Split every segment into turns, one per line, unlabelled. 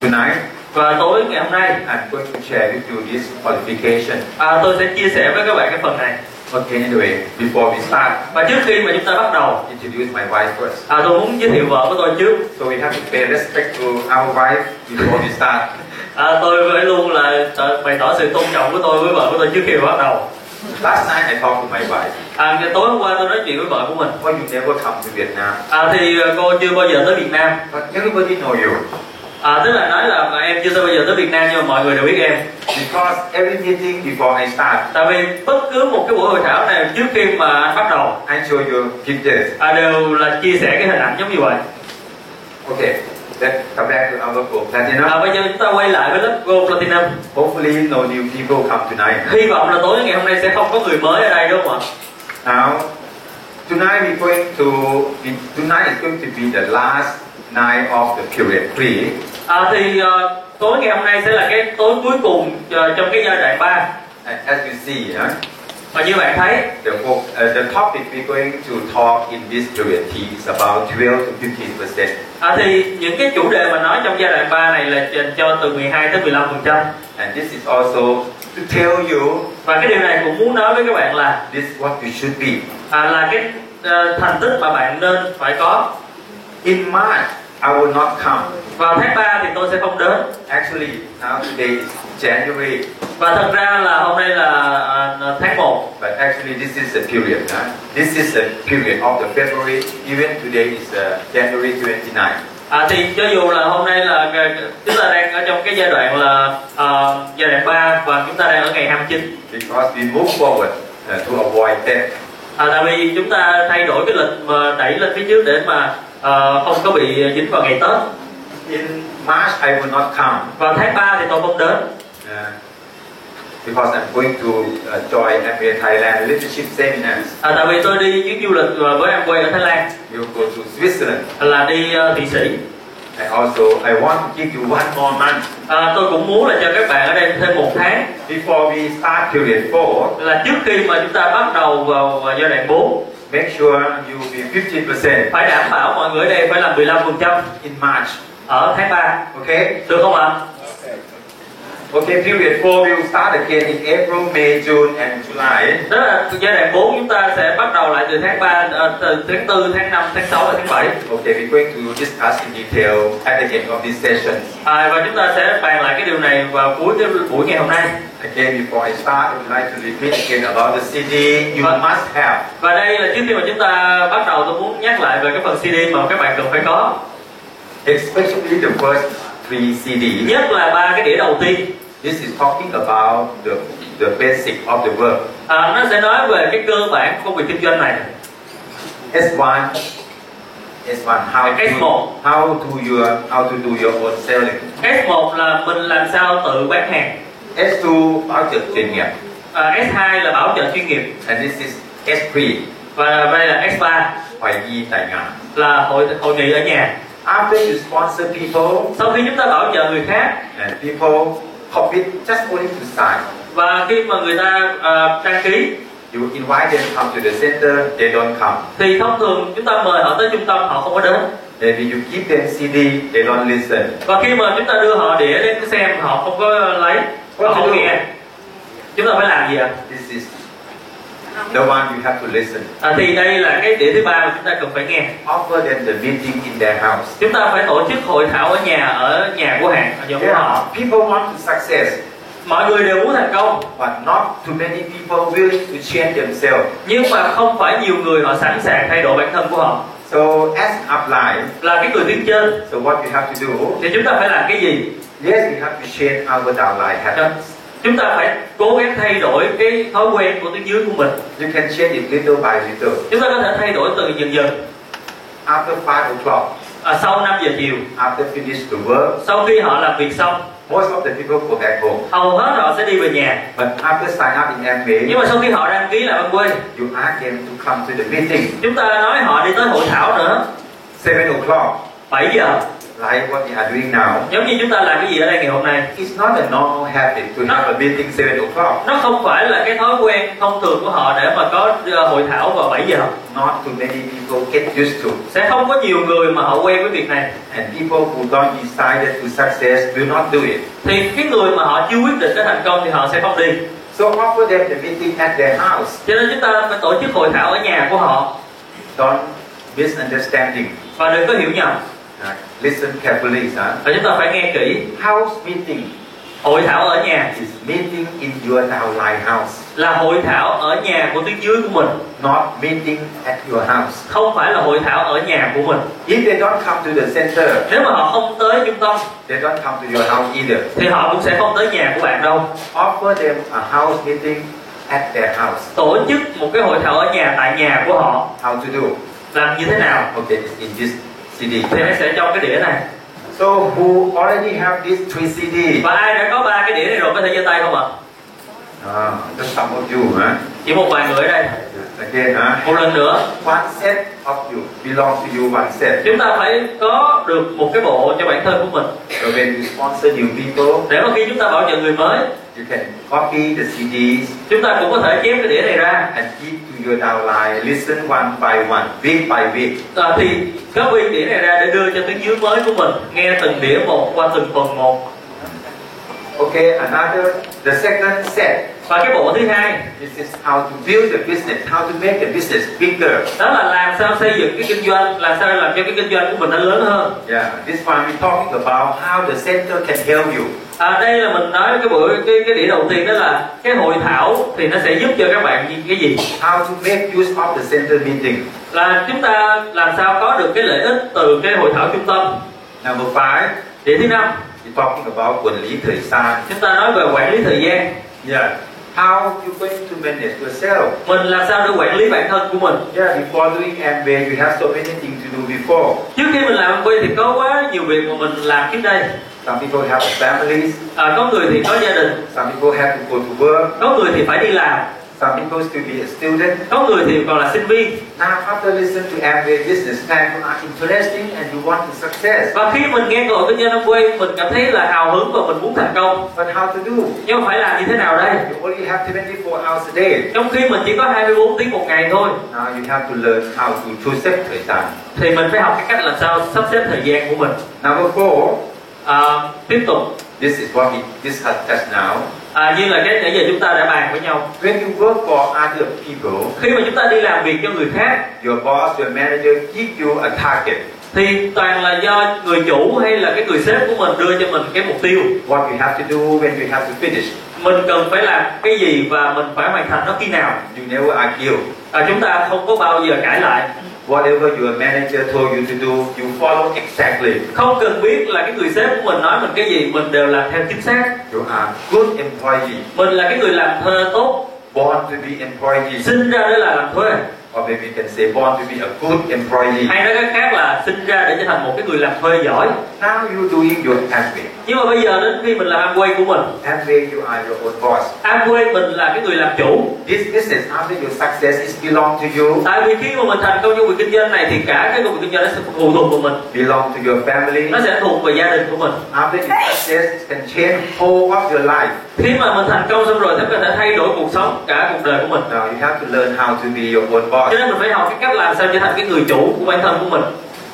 tonight.
Và tối ngày hôm nay
I'm going to share with you this qualification.
à, tôi sẽ chia sẻ với các bạn cái phần này.
Okay, anyway, before we start,
Và trước khi mà chúng ta bắt đầu,
introduce my wife first.
à, tôi muốn giới thiệu vợ của tôi trước.
So we have to pay respect to our wife before we start.
À, tôi phải luôn là tỏ- bày tỏ sự tôn trọng của tôi với vợ của tôi trước khi bắt đầu.
Last night I talked to my wife.
À, ngày tối hôm qua tôi nói chuyện với vợ của mình.
Why you never come to Vietnam?
À, thì ờ, cô chưa bao giờ tới Việt Nam.
But everybody know you
À, tức là nói là mà em chưa tới bao giờ tới Việt Nam nhưng mà mọi người đều biết em.
because every meeting before I start,
Tại vì bất cứ một cái buổi hội thảo nào trước khi mà anh bắt đầu
I show you pictures.
à, đều là chia sẻ cái hình ảnh giống như vậy.
Okay, let's come back to our group. Platinum.
À, bây giờ chúng ta quay lại với lớp Gold Platinum.
Hopefully, no new people come tonight.
Hy vọng là tối ngày hôm nay sẽ không có người mới ở đây đúng không ạ?
Now, tonight we're going to be, tonight is going to be the last night of the period three.
À, thì ờ, tối ngày hôm nay sẽ là cái tối cuối cùng ờ, trong cái giai đoạn 3.
And as you see, huh,
Và như bạn thấy
the, whole- uh, the topic we're going to talk in this period three is about 12 to 15 percent.
à, thì những cái chủ đề mà nói trong giai đoạn 3 này là dành cho từ 12 tới 15%.
And this is also to tell you
Và cái điều này cũng muốn nói với các bạn là
this is what you should be.
à, là cái ờ, thành tích mà bạn nên phải có.
In March, I will not come.
Vào tháng 3 thì tôi sẽ không đến.
Actually, now today is January,
Và thật ra là hôm nay là à, tháng 1
but actually this is the period. Huh? This is the period of the February. Even today is uh, January 29.
À, thì cho dù là hôm nay là ờ, chúng ta đang ở trong cái giai đoạn là ờ, giai đoạn 3 và chúng ta đang ở ngày 29
Because we move forward uh, to avoid death.
à, tại vì chúng ta thay đổi cái lịch mà đẩy lên phía trước để mà ờ, không có bị dính vào ngày Tết
In March, I will not come
và tháng 3 thì tôi không đến
uh, because I'm going to uh, join MBA Thailand leadership seminars.
à, tại vì tôi đi chuyến du lịch và với em quay ở Thái Lan
We'll go to Switzerland.
là đi ờ, Thụy Sĩ
And also, I want to give you one more month
à, tôi cũng muốn là cho các bạn ở đây thêm một tháng
before we start period four.
là trước khi mà chúng ta bắt đầu vào ờ, giai đoạn 4
Make sure you be 50%
phải đảm bảo mọi người ở đây phải làm 15%
in March.
ở tháng 3
Okay.
được không ạ?
Okay. Period four will start again in April, May, June, and July.
Đó là giai đoạn 4 chúng ta sẽ bắt đầu lại từ tháng 3, ờ, từ tháng 4, tháng 5, tháng 6 và tháng 7
Okay. We're going to discuss in detail at the end of this session.
à, Và chúng ta sẽ bàn lại cái điều này vào cuối cái buổi ngày hôm nay
Again, before I start, I would like to repeat again about the CD you
Vâng.
must have.
Và đây là trước khi mà chúng ta bắt đầu tôi muốn nhắc lại về cái phần CD mà các bạn cần phải có
Especially the first three CDs.
Nhất là ba cái đĩa đầu tiên
This is talking about the, the basic of the work.
à, Nó sẽ nói về cái cơ bản của công việc kinh doanh này
S1, S1, how to,
S1.
how to your how to do your own selling.
S1 là mình làm sao tự bán hàng
S2, bao trợ chuyên nghiệp.
à, S2 là bảo trợ chuyên nghiệp
And this is S3,
Và đây là S3
hoài nghi tài ngàn.
là hội hội nghị ở nhà
After you sponsor people,
Sau khi chúng ta bảo trợ người khác
and people commit just only to sign,
và khi mà người ta à, đăng ký
you invite them come to the center, they don't come.
thì thông thường chúng ta mời họ tới trung tâm họ không có đến
Maybe you give them CD, they don't listen.
và khi mà chúng ta đưa họ đĩa đến xem họ không có lấy họ
What to
không
do?
nghe chúng ta phải làm gì ạ
This is the one you have to listen.
à, thì đây là cái đĩa thứ ba mà chúng ta cần phải nghe
Offer them the meeting in their house.
chúng ta phải tổ chức hội thảo ở nhà ở nhà của hàng ở nhà của họ
Yeah, people want success,
mọi người đều muốn thành công
but not too many people willing to change themselves.
nhưng mà không phải nhiều người họ sẵn sàng thay đổi bản thân của họ
So as an upline,
là cái người tuyến trên
so what we have to do?
thì chúng ta phải làm cái gì
Yes, we have to change our downline habits.
chúng ta phải cố gắng thay đổi cái thói quen của tuyến dưới của mình
You can change it little by little.
chúng ta có thể thay đổi từ dần dần
After five o'clock,
à, sau 5 giờ chiều
after finish the work,
sau khi họ làm việc xong
most of the people go back home.
hầu hết họ sẽ đi về nhà
But after sign up in MBA,
nhưng mà sau khi họ đăng ký làm ăn quê
you ask them to come to the meeting.
chúng ta nói họ đi tới hội thảo nữa
Seven o'clock,
7 giờ
like what we are doing now.
giống như chúng ta làm cái gì ở đây ngày hôm nay
It's not a normal habit to have a meeting 7 o'clock,
nó không phải là cái thói quen thông thường của họ để mà có ờ, hội thảo vào 7 giờ
not too many people get used to.
sẽ không có nhiều người mà họ quen với việc này
And people who don't decided to success will not do it.
thì cái người mà họ chưa quyết định cái thành công thì họ sẽ không đi
So offer them the meeting at their house.
cho nên chúng ta phải tổ chức hội thảo ở nhà của họ
Don't misunderstanding.
và đừng có hiểu nhầm
Uh, listen carefully, son.
và chúng ta phải nghe kỹ
House meeting
hội thảo ở nhà
is meeting in your downline house,
là hội thảo ở nhà của tiếng dưới của mình
not meeting at your house.
không phải là hội thảo ở nhà của mình
If they don't come to the center,
nếu mà họ không tới trung tâm
they don't come to your house either.
thì họ cũng sẽ không tới nhà của bạn đâu
Offer them a house meeting at their house.
tổ chức một cái hội thảo ở nhà tại nhà của họ
How to do?
làm như thế nào
Okay, it's in this CD.
thì nó sẽ trong cái đĩa này
So who already have these three CD?
và ai đã có ba cái đĩa này rồi có thể giơ tay không ạ
Ah, just some of you, huh?
chỉ một vài người ở đây
Again, huh?
một lần nữa
One set of you belong to you. One set.
chúng ta phải có được một cái bộ cho bản thân của mình
So when you sponsor new people,
để mà khi chúng ta bảo trợ người mới
you can copy the CDs
chúng ta cũng có thể chép cái đĩa này ra
and give to your downline. Listen one by one, week by week.
à, thì copy đĩa này ra để đưa cho tiếng dưới mới của mình nghe từng đĩa một qua từng phần một
Okay, another. The second set.
và cái bộ thứ hai
This is how to build the business, how to make the business bigger.
đó là làm sao xây dựng cái kinh doanh làm sao làm cho cái kinh doanh của mình nó lớn hơn
Yeah, this one we talking about how the center can help you.
à, đây là mình nói cái buổi cái cái đĩa đầu tiên đó là cái hội thảo thì nó sẽ giúp cho các bạn những cái gì
How to make use of the center meeting.
là chúng ta làm sao có được cái lợi ích từ cái hội thảo trung tâm
Number five,
đĩa thứ năm
we talking about quản lý thời gian.
chúng ta nói về quản lý thời gian
Yeah. How you going to manage yourself?
mình làm sao để quản lý bản thân của mình
Yeah, before doing MBA, you have so many things to do before.
trước khi mình làm quay thì có quá nhiều việc mà mình làm trước đây
Some people have families,
à, có người thì có gia đình
some people have to go to work,
có người thì phải đi làm
some people still be a student.
có người thì còn là sinh viên
Now, after listen to MBA business plan, you are interesting and you want to success.
và khi mình nghe cơ hội kinh doanh ông quay mình cảm thấy là hào hứng và mình muốn thành công
But how to do?
nhưng mà phải làm như thế nào đây
You only have 24 hours a day.
trong khi mình chỉ có 24 tiếng một ngày thôi
Now you have to learn how to choose set thời gian.
thì mình phải học cái cách làm sao sắp xếp thời gian của mình
Number four,
à, tiếp tục
This is what we discussed just now.
à, như là cái nãy giờ chúng ta đã bàn với nhau
When you work for other people,
khi mà chúng ta đi làm việc cho người khác
your boss, your manager give you a target,
thì toàn là do người chủ hay là cái người sếp của mình đưa cho mình cái mục tiêu
what you have to do when you have to finish.
mình cần phải làm cái gì và mình phải hoàn thành nó khi nào
You never argue.
à, chúng ta không có bao giờ cãi lại
Whatever your manager told you to do, you follow exactly.
không cần biết là cái người sếp của mình nói mình cái gì mình đều làm theo chính xác
You are good employee,
mình là cái người làm thuê tốt
born to be employee,
sinh ra để là làm thuê
or maybe you can say born to be a good employee.
hay nói cách khác là sinh ra để trở thành một cái người làm thuê giỏi
Now you doing your Amway.
nhưng mà bây giờ đến khi mình làm Amway của mình
Amway, you are your own boss.
Amway mình là cái người làm chủ
This business after your success is belong to you,
tại vì khi mà mình thành công trong việc kinh doanh này thì cả cái công việc kinh doanh nó sẽ phụ thuộc vào mình
belong to your family,
nó sẽ thuộc về gia đình của mình
After you success it can change whole of your life.
khi mà mình thành công xong rồi thì có thể thay đổi cuộc sống cả cuộc đời của mình
Now you have to learn how to be your own boss.
cho nên mình phải học cái cách làm sao trở thành cái người chủ của bản thân của mình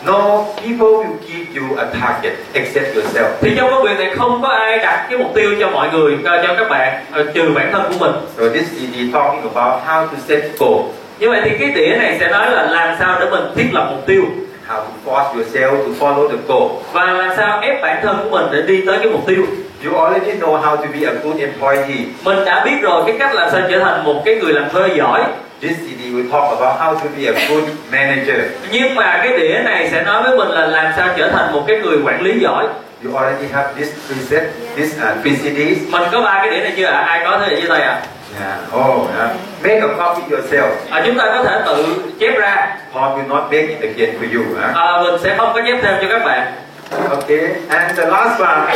No people will give you a target except yourself.
thì trong công việc này không có ai đặt cái mục tiêu cho mọi người ờ, cho các bạn ờ, trừ bản thân của mình
So this CD talking about how to set goal,
như vậy thì cái đĩa này sẽ nói là làm sao để mình thiết lập mục tiêu
how to force yourself to follow the goal.
và làm sao ép bản thân của mình để đi tới cái mục tiêu
You already know how to be a good employee.
mình đã biết rồi cái cách làm sao trở thành một cái người làm thuê giỏi
This CD will talk about how to be a good manager.
nhưng mà cái đĩa này sẽ nói với mình là làm sao trở thành một cái người quản lý giỏi
You already have this preset, this uh, three CDs.
mình có ba cái đĩa này chưa ạ ai có thế này dưới tay ạ
Yeah. Oh, yeah. make a copy yourself.
à, chúng ta có thể tự chép ra
Paul will not make it again for you. Huh?
à, mình sẽ không có chép thêm cho các bạn
Okay. And the last one.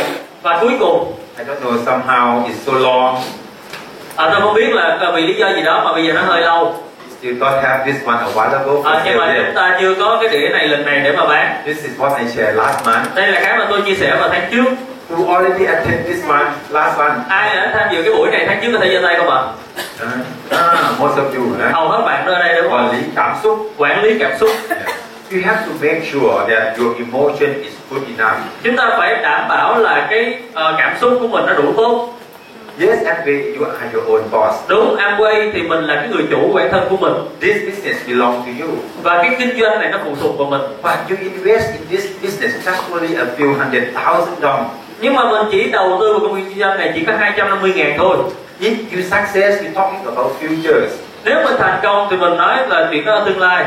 và cuối cùng
I don't know, somehow it's so long.
à, tôi không biết là, là vì lý do gì đó mà bây giờ nó hơi lâu
It's still don't have this one available for
Ờ, nhưng mà
sale
chúng ta chưa có cái đĩa này lần này để mà bán
yet. This is what I shared last month.
đây là cái mà tôi chia sẻ vào tháng trước
Who already attended this one last month?
ai đã tham dự cái buổi này tháng trước có thể giơ tay không ạ
Uh, ah, most of you, right?
hầu hết bạn ở đây đúng không
Quản lý cảm xúc.
quản lý cảm xúc
You have to make sure that your emotion is good enough.
chúng ta phải đảm bảo là cái ờ, cảm xúc của mình nó đủ tốt
Yes, Amway, you are your own boss.
đúng Amway thì mình là cái người chủ của bản thân của mình
This business belongs to you.
và cái kinh doanh này nó phụ thuộc vào mình
But you invest in this business just only a few hundred thousand dollars.
nhưng mà mình chỉ đầu tư vào công việc kinh doanh này chỉ có 250 ngàn thôi
If you success, we're talking about futures.
nếu mình thành công thì mình nói là chuyện đó ở tương lai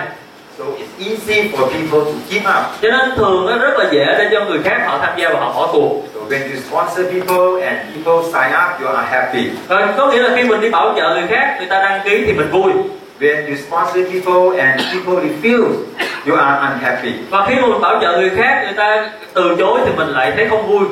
So it's easy for people to give up.
cho nên thường nó rất là dễ để cho người khác họ tham gia và họ bỏ cuộc
So when you sponsor people and people sign up, you are happy.
rồi có nghĩa là khi mình đi bảo trợ người khác người ta đăng ký thì mình vui
When you sponsor people and people refuse, you are unhappy.
và khi mà mình bảo trợ người khác người ta từ chối thì mình lại thấy không vui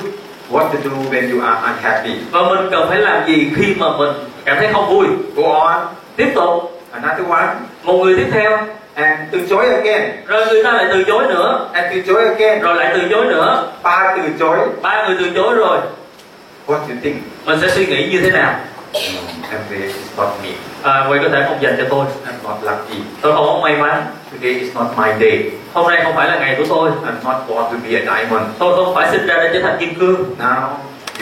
What to do when you are unhappy?
và mình cần phải làm gì khi mà mình cảm thấy không vui
Go on,
tiếp tục
another one,
một người tiếp theo
and từ chối again,
rồi người ta lại từ chối nữa
and từ chối again,
rồi lại từ chối nữa
ba từ chối.
ba người từ chối rồi
What you think?
mình sẽ suy nghĩ như thế nào
Em về is not me.
à, quay có thể không dành cho tôi
I'm not lucky.
tôi không có may mắn
Today is not my day.
hôm nay không phải là ngày của tôi
I'm not born to be a diamond.
tôi không phải sinh ra để trở thành kim cương
Now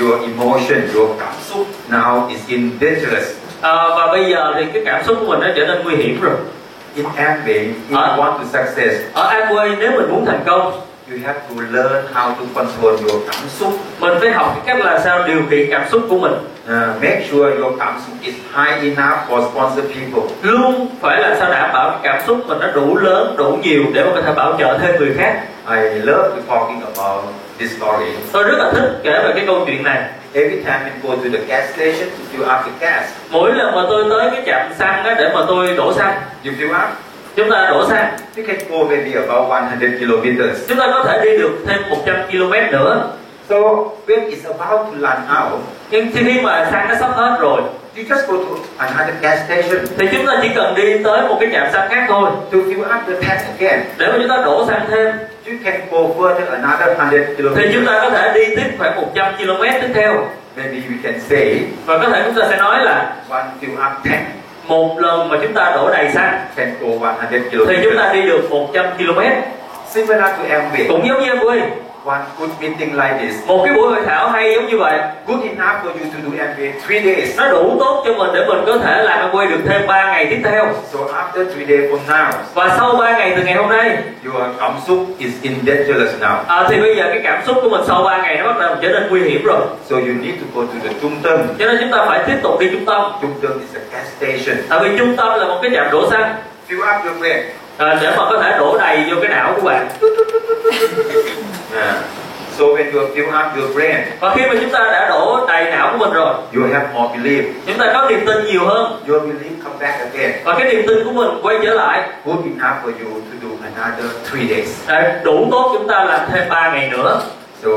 your emotion, your cảm xúc now is in dangerous.
à, và bây giờ thì cái cảm xúc của mình nó trở nên nguy hiểm rồi
In Amway, if you
Ờ.
want to success,
ở Amway nếu mình muốn thành công
You have to learn how to control your cảm xúc.
mình phải học cái cách là sao điều khiển cảm xúc của mình
Uh, make sure your cảm xúc is high enough for sponsor people.
luôn phải làm sao đảm bảo cái cảm xúc mình nó đủ lớn đủ nhiều để mà có thể bảo trợ thêm người khác
I love to talking about this story.
tôi rất là thích kể về cái câu chuyện này
Every time you go to the gas station, you fill up the gas.
mỗi lần mà tôi tới cái trạm xăng á để mà tôi đổ xăng
You fill up,
chúng ta đổ xăng
you can go maybe about 100 kilometers.
chúng ta có thể đi được thêm 100 km nữa
So when it's about to run out,
nhưng khi mà xăng nó sắp hết rồi
you just go to another gas station
thì chúng ta chỉ cần đi tới một cái trạm xăng khác thôi
to fill up the tank again.
để mà chúng ta đổ xăng thêm
You can go further another 100
thì chúng
kilometers.
ta có thể đi tiếp khoảng 100 km tiếp theo
Maybe we can say
và có thể chúng ta sẽ nói là
one fill up tank
một lần mà chúng ta đổ đầy xăng
can go 100
thì chúng
kilometers.
ta đi được 100 km
Similar to Amway,
cũng giống như Amway
one good meeting like this,
một cái buổi hội thảo hay giống như vậy
good enough for you to do Amway three days.
nó đủ tốt cho mình để mình có thể làm Amway được thêm 3 ngày tiếp theo
So after three days from now,
và sau 3 ngày từ ngày hôm nay
your Kamsuk is in dangerous now.
à, thì bây giờ cái cảm xúc của mình sau 3 ngày nó bắt đầu trở nên nguy hiểm rồi
So you need to go to the Trung Tâm.
cho nên chúng ta phải tiếp tục đi trung tâm
Trung Tâm is a gas station.
tại vì trung tâm là một cái trạm đổ xăng
Fill up your brain.
à, để mà có thể đổ đầy vô cái não của bạn
Ah. so when you fill up your brain,
và khi mà chúng ta đã đổ đầy não của mình rồi
you have more belief.
chúng ta có niềm tin nhiều hơn
Your belief come back again.
và cái niềm tin của mình quay trở lại
Good enough for you to do another three days.
đã à, đủ tốt chúng ta làm thêm 3 ngày nữa
So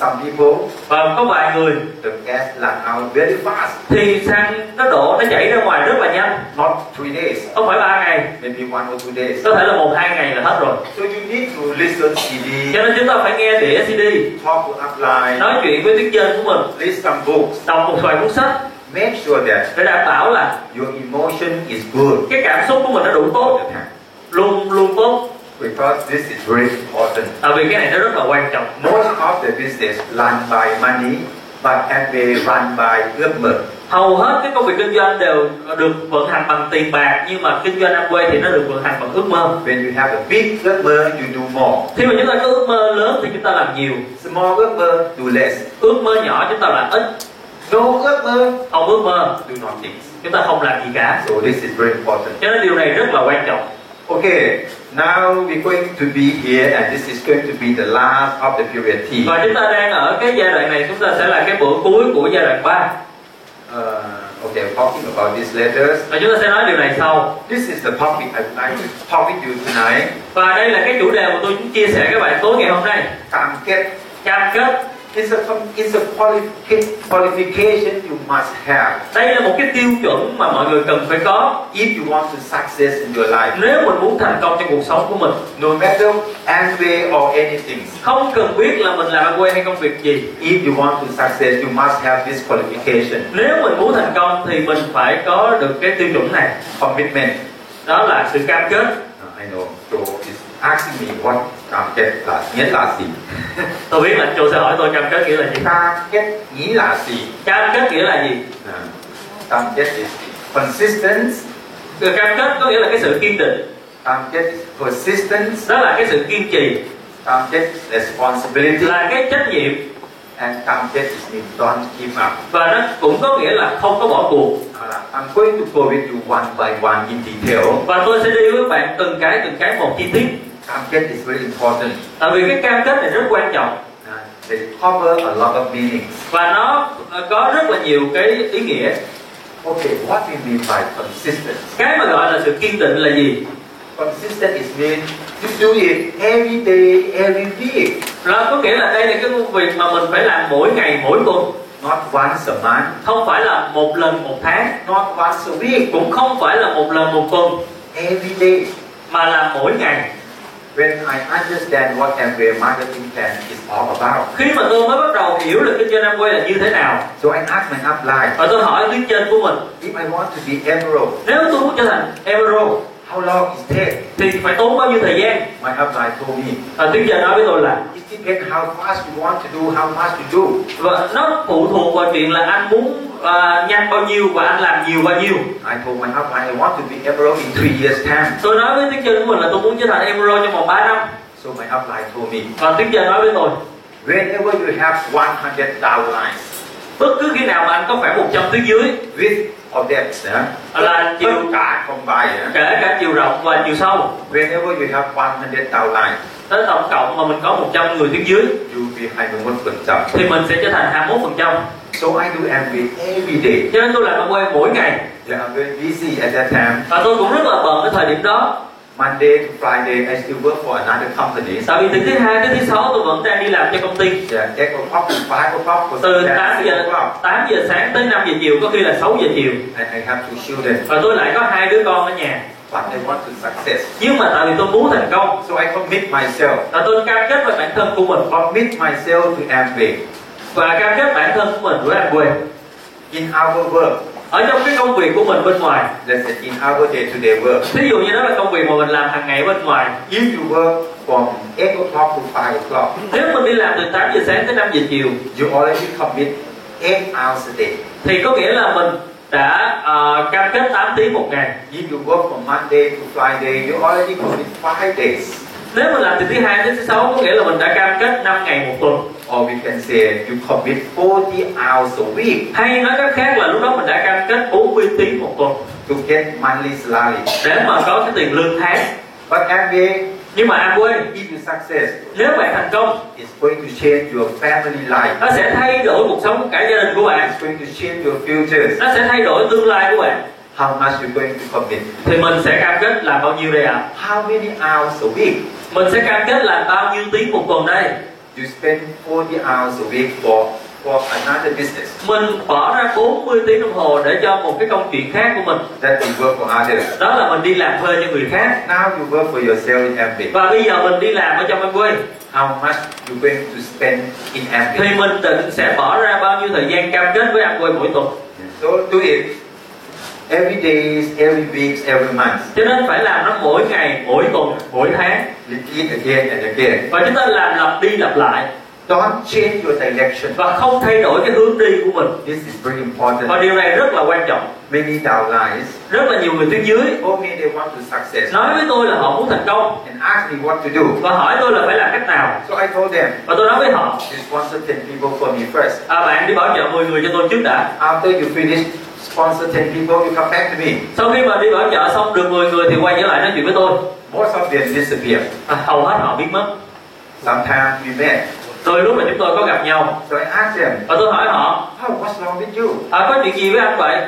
some people,
và có vài người
the gas run out very fast.
thì xăng nó đổ nó chảy ra ngoài rất là nhanh
Not three days,
không phải ba ngày
maybe one or two days.
có thể là một hai ngày là hết rồi
So you need to listen CD,
cho nên chúng ta phải nghe đĩa CD
talk to upline,
nói chuyện với tiếng dân của mình
read some books.
đọc một vài cuốn sách
Make sure that
để đảm bảo là
your emotion is good
cái cảm xúc của mình nó đủ
all
tốt
the time.
luôn luôn tốt
Because this is very important.
tại vì cái này nó rất là quan trọng
Most of the business run by money, but MBA run by ước
hầu hết cái công việc kinh doanh đều được vận hành bằng tiền bạc nhưng mà kinh doanh Amway thì nó được vận hành bằng ước mơ
When you have a big ước you do more.
khi mà chúng ta có ước mơ lớn thì chúng ta làm nhiều
Small ước do less.
ước mơ nhỏ chúng ta làm ít
No ước
không ước mơ
do nothing.
chúng ta không làm gì cả
So this is very important.
cho nên điều này rất là quan trọng
Okay, now we're going to be here, and this is going to be the last of the period T.
và chúng ta đang ở cái giai đoạn này chúng ta sẽ là cái bữa cuối của giai đoạn 3
Uh, okay, talking about these letters.
và chúng ta sẽ nói điều này sau
This is the topic I'd like to talk with you tonight.
và đây là cái chủ đề mà tôi muốn chia sẻ các bạn tối ngày hôm nay
Cam kết.
cam kết
It's a, com- it's a qualifi- qualification you must have
đây là một cái tiêu chuẩn mà mọi người cần phải có
if you want to success in your life.
nếu mình muốn thành công trong cuộc sống của mình
No matter any or anything.
không cần biết là mình làm ăn quay hay công việc gì
If you want to success, you must have this qualification.
nếu mình muốn thành công thì mình phải có được cái tiêu chuẩn này
Commitment.
đó là sự cam kết
Uh, I know Joe is asking me what target là nghĩa là gì.
tôi biết là chủ sẽ hỏi tôi cam kết nghĩa là gì
Target nghĩa là gì?
cam kết nghĩa là gì
Uh, target is consistent.
Sự Ờ, cam kết có nghĩa là cái sự kiên định
Target is persistence.
đó là cái sự kiên trì
Target is responsibility.
là cái trách nhiệm
And target is mean don't give up.
và nó cũng có nghĩa là không có bỏ cuộc
Uh, I'm going to go with you one by one in detail.
và tôi sẽ đi với bạn từng cái từng cái một chi tiết
Target is very important.
tại vì cái cam kết này rất quan trọng
Uh, they cover a lot of meanings.
và nó ờ, có rất là nhiều cái ý nghĩa
Okay, what we mean by consistent?
cái mà gọi là sự kiên định là gì
Consistent is mean you do it every day, every week,
đó có nghĩa là đây là cái công việc mà mình phải làm mỗi ngày mỗi tuần
not once a month,
không phải là một lần một tháng
not once a week,
cũng không phải là một lần một tuần
every day.
mà là mỗi ngày
When I understand what Amway marketing plan is all about,
khi mà tôi mới bắt đầu hiểu được cái trên Amway là như thế nào
so I ask my upline,
và tôi hỏi tiếng trên của mình
if I want to be Emerald,
nếu tôi muốn trở thành Emerald
how long is that?
thì phải tốn bao nhiêu thời gian
My upline told me,
và tiếng trên nói với tôi là
it depends how fast you want to do, how much you do.
và "Vâng, nó phụ thuộc vào chuyện là anh muốn à, nhanh bao nhiêu và anh làm nhiều bao nhiêu
I told my upline I want to be Emerald in three years time.
tôi nói với tiếng trên của mình là tôi muốn trở thành Emerald trong vòng 3 năm
So my upline told me,
và tiếng trên nói với tôi
whenever you have 100 downlines,
bất cứ khi nào mà anh có khoảng 100 tiếng dưới
with of them, yeah,
là chiều
tất cả combined, yeah,
kể cả chiều rộng và chiều sâu
Whenever you have 100 downline,
tới tổng cộng mà mình có 100 người tiếng dưới
you will be 21%.
thì mình sẽ trở thành 21%
So I do MV every day.
cho nên tôi làm Amway mỗi ngày
Yeah, I'm very busy at that time.
và tôi cũng rất là bận cái thời điểm đó
Monday to Friday, I still work for another company.
tại vì từ thứ hai tới thứ sáu tôi vẫn đang đi làm cho công ty
Yeah, 8 o'clock to 5 o'clock for
từ 8
6
giờ
o'clock.
8 giờ sáng tới 5 giờ chiều có khi là 6 giờ chiều
And I have two children,
và tôi lại có hai đứa con ở nhà
but I want to success.
nhưng mà tại vì tôi muốn thành công
So I commit myself.
và tôi cam kết với bản thân của mình
Commit myself to MV.
và cam kết bản thân của mình với anh quê
In our work,
ở trong cái công việc của mình bên ngoài
let's say in our day-to-day work.
thí dụ như đó là công việc mà mình làm hàng ngày bên ngoài
If you work from 8 o'clock to 5 o'clock,
nếu mình đi làm từ 8 giờ sáng tới 5 giờ chiều
you already commit 8 hours a day.
thì có nghĩa là mình đã ờ, cam kết 8 tiếng một ngày
If you work from Monday to Friday, you already commit five days.
nếu mình làm từ thứ hai đến thứ sáu có nghĩa là mình đã cam kết 5 ngày một tuần
Or we can say you commit 40 hours a week
hay nói cách khác là lúc đó mình đã cam kết 40 tiếng một tuần
to get monthly salary.
để mà có cái tiền lương tháng
But MBA,
nhưng mà anh quên
if you success,
nếu bạn thành công
it's going to change your family life.
nó sẽ thay đổi cuộc sống của cả gia đình của bạn
It's going to change your futures.
nó sẽ thay đổi tương lai của bạn
How much you're going to commit?
thì mình sẽ cam kết làm bao nhiêu đây ạ
How many hours a week?
mình sẽ cam kết làm bao nhiêu tiếng một tuần đây
You spend 40 hours a week for for another business.
mình bỏ ra 40 tiếng đồng hồ để cho một cái công chuyện khác của mình
That you work for others.
đó là mình đi làm thuê cho người khác
Now you work for yourself in MBA.
và bây giờ mình đi làm ở trong em quê
How much you going to spend in MBA?
thì mình định sẽ bỏ ra bao nhiêu thời gian cam kết với em quê mỗi tuần
So do it every day, every week, every month.
cho nên phải làm nó mỗi ngày mỗi tuần mỗi tháng
Repeat again and again.
và chúng ta làm lặp đi lặp lại
Don't change your direction.
và không thay đổi cái hướng đi của mình
This is very
và
important.
điều này rất là quan trọng
Many downlines
rất là nhiều người tuyến dưới
told me they want to success
nói với tôi là họ muốn thành công
and asked me what to do.
và hỏi tôi là phải làm cách nào
So I told them,
và tôi nói với họ
you sponsor 10 people for me first.
à, bạn đi bảo trợ 10 người cho tôi trước đã
After you finish sponsor 10 people, you come back to me.
sau khi mà đi bảo trợ xong được 10 người thì quay trở lại nói chuyện với tôi
Most of them disappear.
à, hầu hết họ biết mất
Sometimes we met.
tôi lúc mà chúng tôi có gặp nhau
So I asked them,
và Ờ, tôi hỏi họ "Ờ,
oh, what's wrong with you?
à, có chuyện gì với anh vậy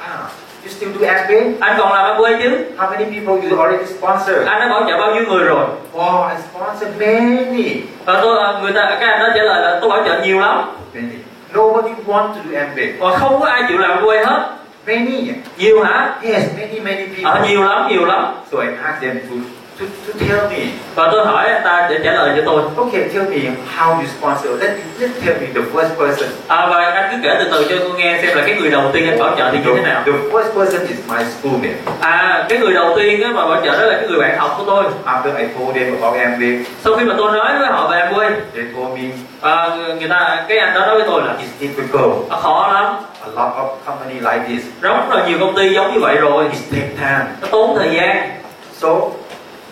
Ah, You still do Aspen?
anh còn làm Amway chứ
How many people you already sponsored?
anh đã bảo trợ bao nhiêu người rồi
Oh, I sponsored many.
và tôi ờ, người ta các anh đó trả lời là tôi bảo trợ nhiều lắm
Many. Nobody want to do Aspen.
và không có ai chịu làm Amway hết
Many.
nhiều hả
Yes, many, many people.
ờ, nhiều lắm nhiều lắm
So I asked them to, to, to tell me.
và tôi hỏi anh ta để trả lời cho tôi
Okay, tell me how you sponsor. Let, let tell me the first person.
à, và anh cứ kể từ từ cho tôi nghe xem là cái người đầu tiên anh bảo trợ thì như thế nào
The, the first person is my schoolmate.
à cái người đầu tiên á mà bảo trợ đó là cái người bạn học của tôi
After I told them about Amway,
sau khi mà tôi nói với họ về Amway
they told me
à, người ta cái anh đó nói với tôi là
it's difficult.
"Nó khó lắm
A lot of company like this.
rất là nhiều công ty giống như vậy rồi
It take time.
nó tốn thời gian
So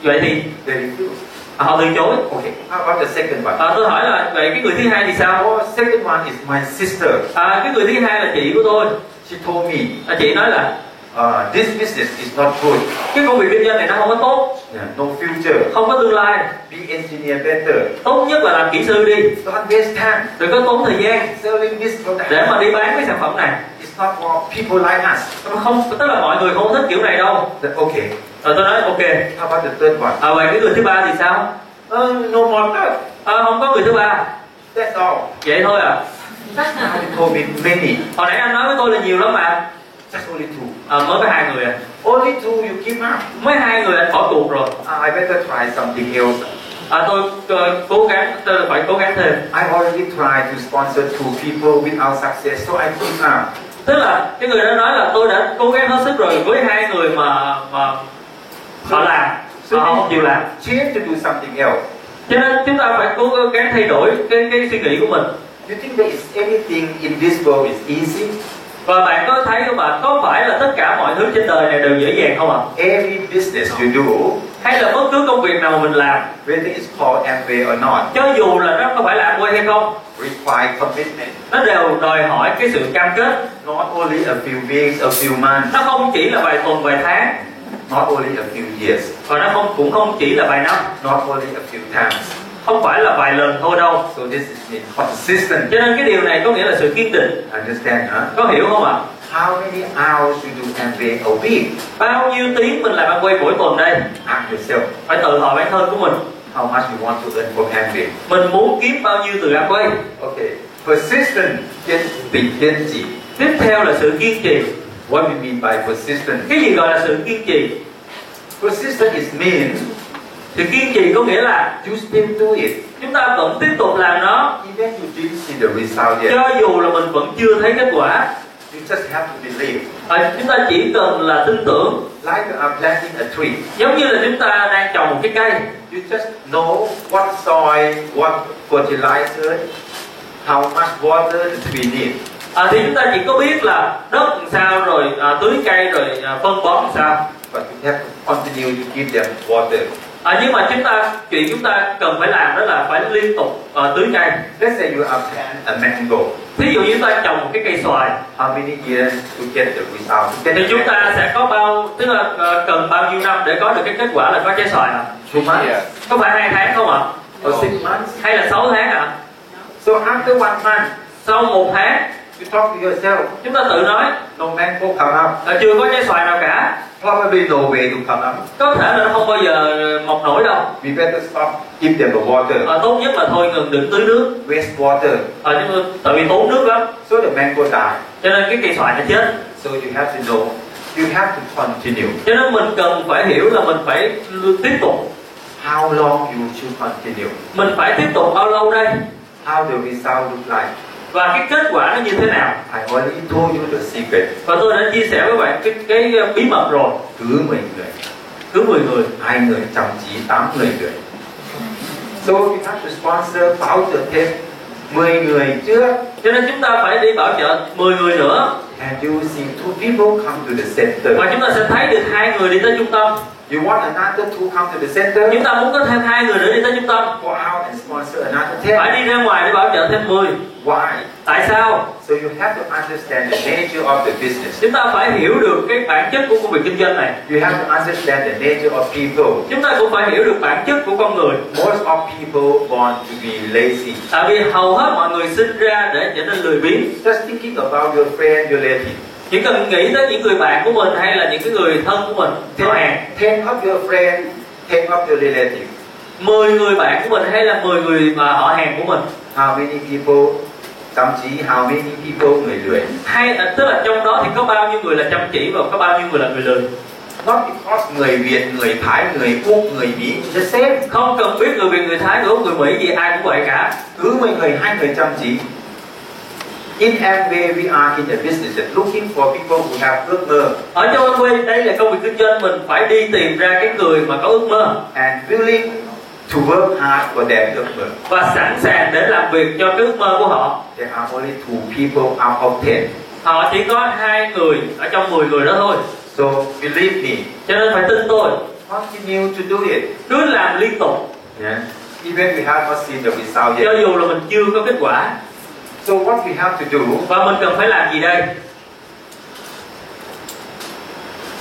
vậy thì à,
they refuse.
họ từ chối
Okay, how about the second one?
à, tôi hỏi là vậy cái người thứ hai thì sao
Our second one is my sister.
à, cái người thứ hai là chị của tôi
She told me
à, chị nói là
uh, this business is not good.
cái công việc kinh doanh này nó không có tốt
Yeah, no future.
không có tương lai
Be engineer better.
tốt nhất là làm kỹ sư đi
Don't waste time
đừng có tốn thời gian
selling this product.
để mà đi bán cái sản phẩm này
It's not for people like us.
không tức là mọi người không thích kiểu này đâu
The- okay.
rồi tôi nói ok
How about the third one?
à, vậy cái người thứ ba thì sao
Uh, no more love.
à, không có người thứ ba
That's all.
vậy thôi à
He told me many.
hồi nãy anh nói với tôi là nhiều lắm mà
Just only two.
à, mới có hai người à
Only two you give up.
mới hai người anh khỏi cuộc rồi
Uh, I better try something else.
À, tôi ờ, cố gắng, tôi phải cố gắng thêm.
I already tried to sponsor two people without success, so I uh, give up.
Tức là cái người đó nói là tôi đã cố gắng hết sức rồi với hai người mà mà họ làm, mà họ không chịu làm.
She had to do something else.
Cho nên chúng ta phải cố gắng thay đổi cái cái suy nghĩ của mình.
You think there is anything in this world is easy?
Và bạn có thấy không ạ? Có phải là tất cả mọi thứ trên đời này đều dễ dàng không ạ?
Every business you do,
Hay là bất cứ công việc nào mà mình làm,
whether it's called Amway or not,
cho dù là nó có phải là quay hay không,
require commitment.
nó đều đòi hỏi cái sự cam kết.
Not only a few weeks, a few months,
Nó không chỉ là vài tuần, vài tháng,
not only a few years,
và nó không cũng không chỉ là vài năm,
not only a few times.
không phải là vài lần thôi đâu.
So this is me consistent.
cho nên cái điều này có nghĩa là sự kiên định
Understand, huh?
có hiểu không ạ
How many hours you do Amway a week?
bao nhiêu tiếng mình làm ăn quay mỗi tuần đây
Ask yourself,
phải tự hỏi bản thân của mình
how much you want to earn from Amway?
mình muốn kiếm bao nhiêu từ ăn quay
Okay, persistent is begin.
tiếp theo là sự kiên trì
What we mean by persistent?
cái gì gọi là sự kiên trì
Persistent is mean
sự kiên trì có nghĩa là
you still do it
chúng ta vẫn tiếp tục làm nó
even you didn't see the result yet.
cho dù là mình vẫn chưa thấy kết quả
You just have to believe.
Ờ, chúng ta chỉ cần là tin tưởng
Like you are planting a tree,
giống như là chúng ta đang trồng một cái cây
you just know what soil, what fertilizer, how much water we need.
Ờ, thì chúng ta chỉ có biết là đất làm sao rồi à, tưới cây rồi à, phân bón làm sao
But you have to continue to give them water.
À, nhưng mà chúng ta chuyện chúng ta cần phải làm đó là phải liên tục ờ, tưới cây.
Let's say you are planting a mango.
Ví dụ như chúng ta trồng một cái cây xoài
How many years to get the result? To get
thì
the
chúng ta sẽ có bao tức là ờ, cần bao nhiêu năm để có được cái kết quả là có trái xoài ạ?
two months
Có phải hai tháng không ạ?
or six months?
Hay là 6 tháng ạ?
So after one month,
Sau một tháng
you talk to yourself.
chúng ta tự nói
No mango come up.
là chưa có trái xoài nào cả.
Probably no way to come up.
Có thể là nó không bao giờ mọc nổi đâu.
We better stop. Give them the water.
Ờ, tốt nhất là thôi ngừng đừng tưới nước.
Waste water.
Ờ, chúng ta- tại vì tốn nước lắm
So the mango die.
cho nên cái cây xoài nó chết.
So you have to know. You have to continue.
Cho nên mình cần phải hiểu là mình phải tiếp tục
How long you should continue.
mình phải tiếp tục bao lâu đây
How the result look like.
và cái kết quả nó như thế nào
I already told you the secret.
và tôi đã chia sẻ với bạn cái, cái ờ, bí mật rồi
Cứ 10 người,
cứ 10 người
hai người chăm chỉ 80 người. So you have to sponsor bảo trợ thêm 10 người trước.
cho nên chúng ta phải đi bảo trợ 10 người nữa
And you see two people come to the center.
và chúng ta sẽ thấy được hai người đi tới trung tâm
You want another two come to the center?
chúng ta muốn có thêm hai người nữa đi tới trung tâm
go out and sponsor another
phải
ten.
đi ra ngoài để bảo trợ thêm 10
Why?
tại sao
So you have to understand the nature of the business.
chúng ta phải hiểu được cái bản chất của công việc kinh doanh này
You have to understand the nature of people.
chúng ta cũng phải hiểu được bản chất của con người
Most of people want to be lazy.
tại vì hầu hết mọi người sinh ra để trở nên lười biếng
Just thinking about your friend, your lady.
chỉ cần nghĩ tới những người bạn của mình hay là những cái người thân của mình theo hàng
Think of your friend, think of your relative.
10 người bạn của mình hay là 10 người mà họ hàng của mình
How many people, thậm chí how many people người lười.
hay là tức là trong đó thì có bao nhiêu người là chăm chỉ và có bao nhiêu người là người lười
Not because người Việt, người Thái, người Úc, người Mỹ the same.
không cần biết người Việt người Thái người Úc người Mỹ gì ai cũng vậy cả
Cứ 10 người, hai người chăm chỉ. In Amway, we are in the business of looking for people who have ước mơ
ở trong anh Quy đây là công việc kinh doanh mình phải đi tìm ra cái người mà có ước mơ
and willing to work hard for their ước mơ.
và sẵn sàng để làm việc cho cái ước mơ của họ
There are only two people out of ten.
họ chỉ có hai người ở trong 10 người đó thôi
So believe me,
cho nên phải tin tôi
continue to do it.
cứ làm liên tục
Yeah. Even we have not seen the result
cho
yet.
dù là mình chưa có kết quả
So what we have to do,
và mình cần phải làm gì đây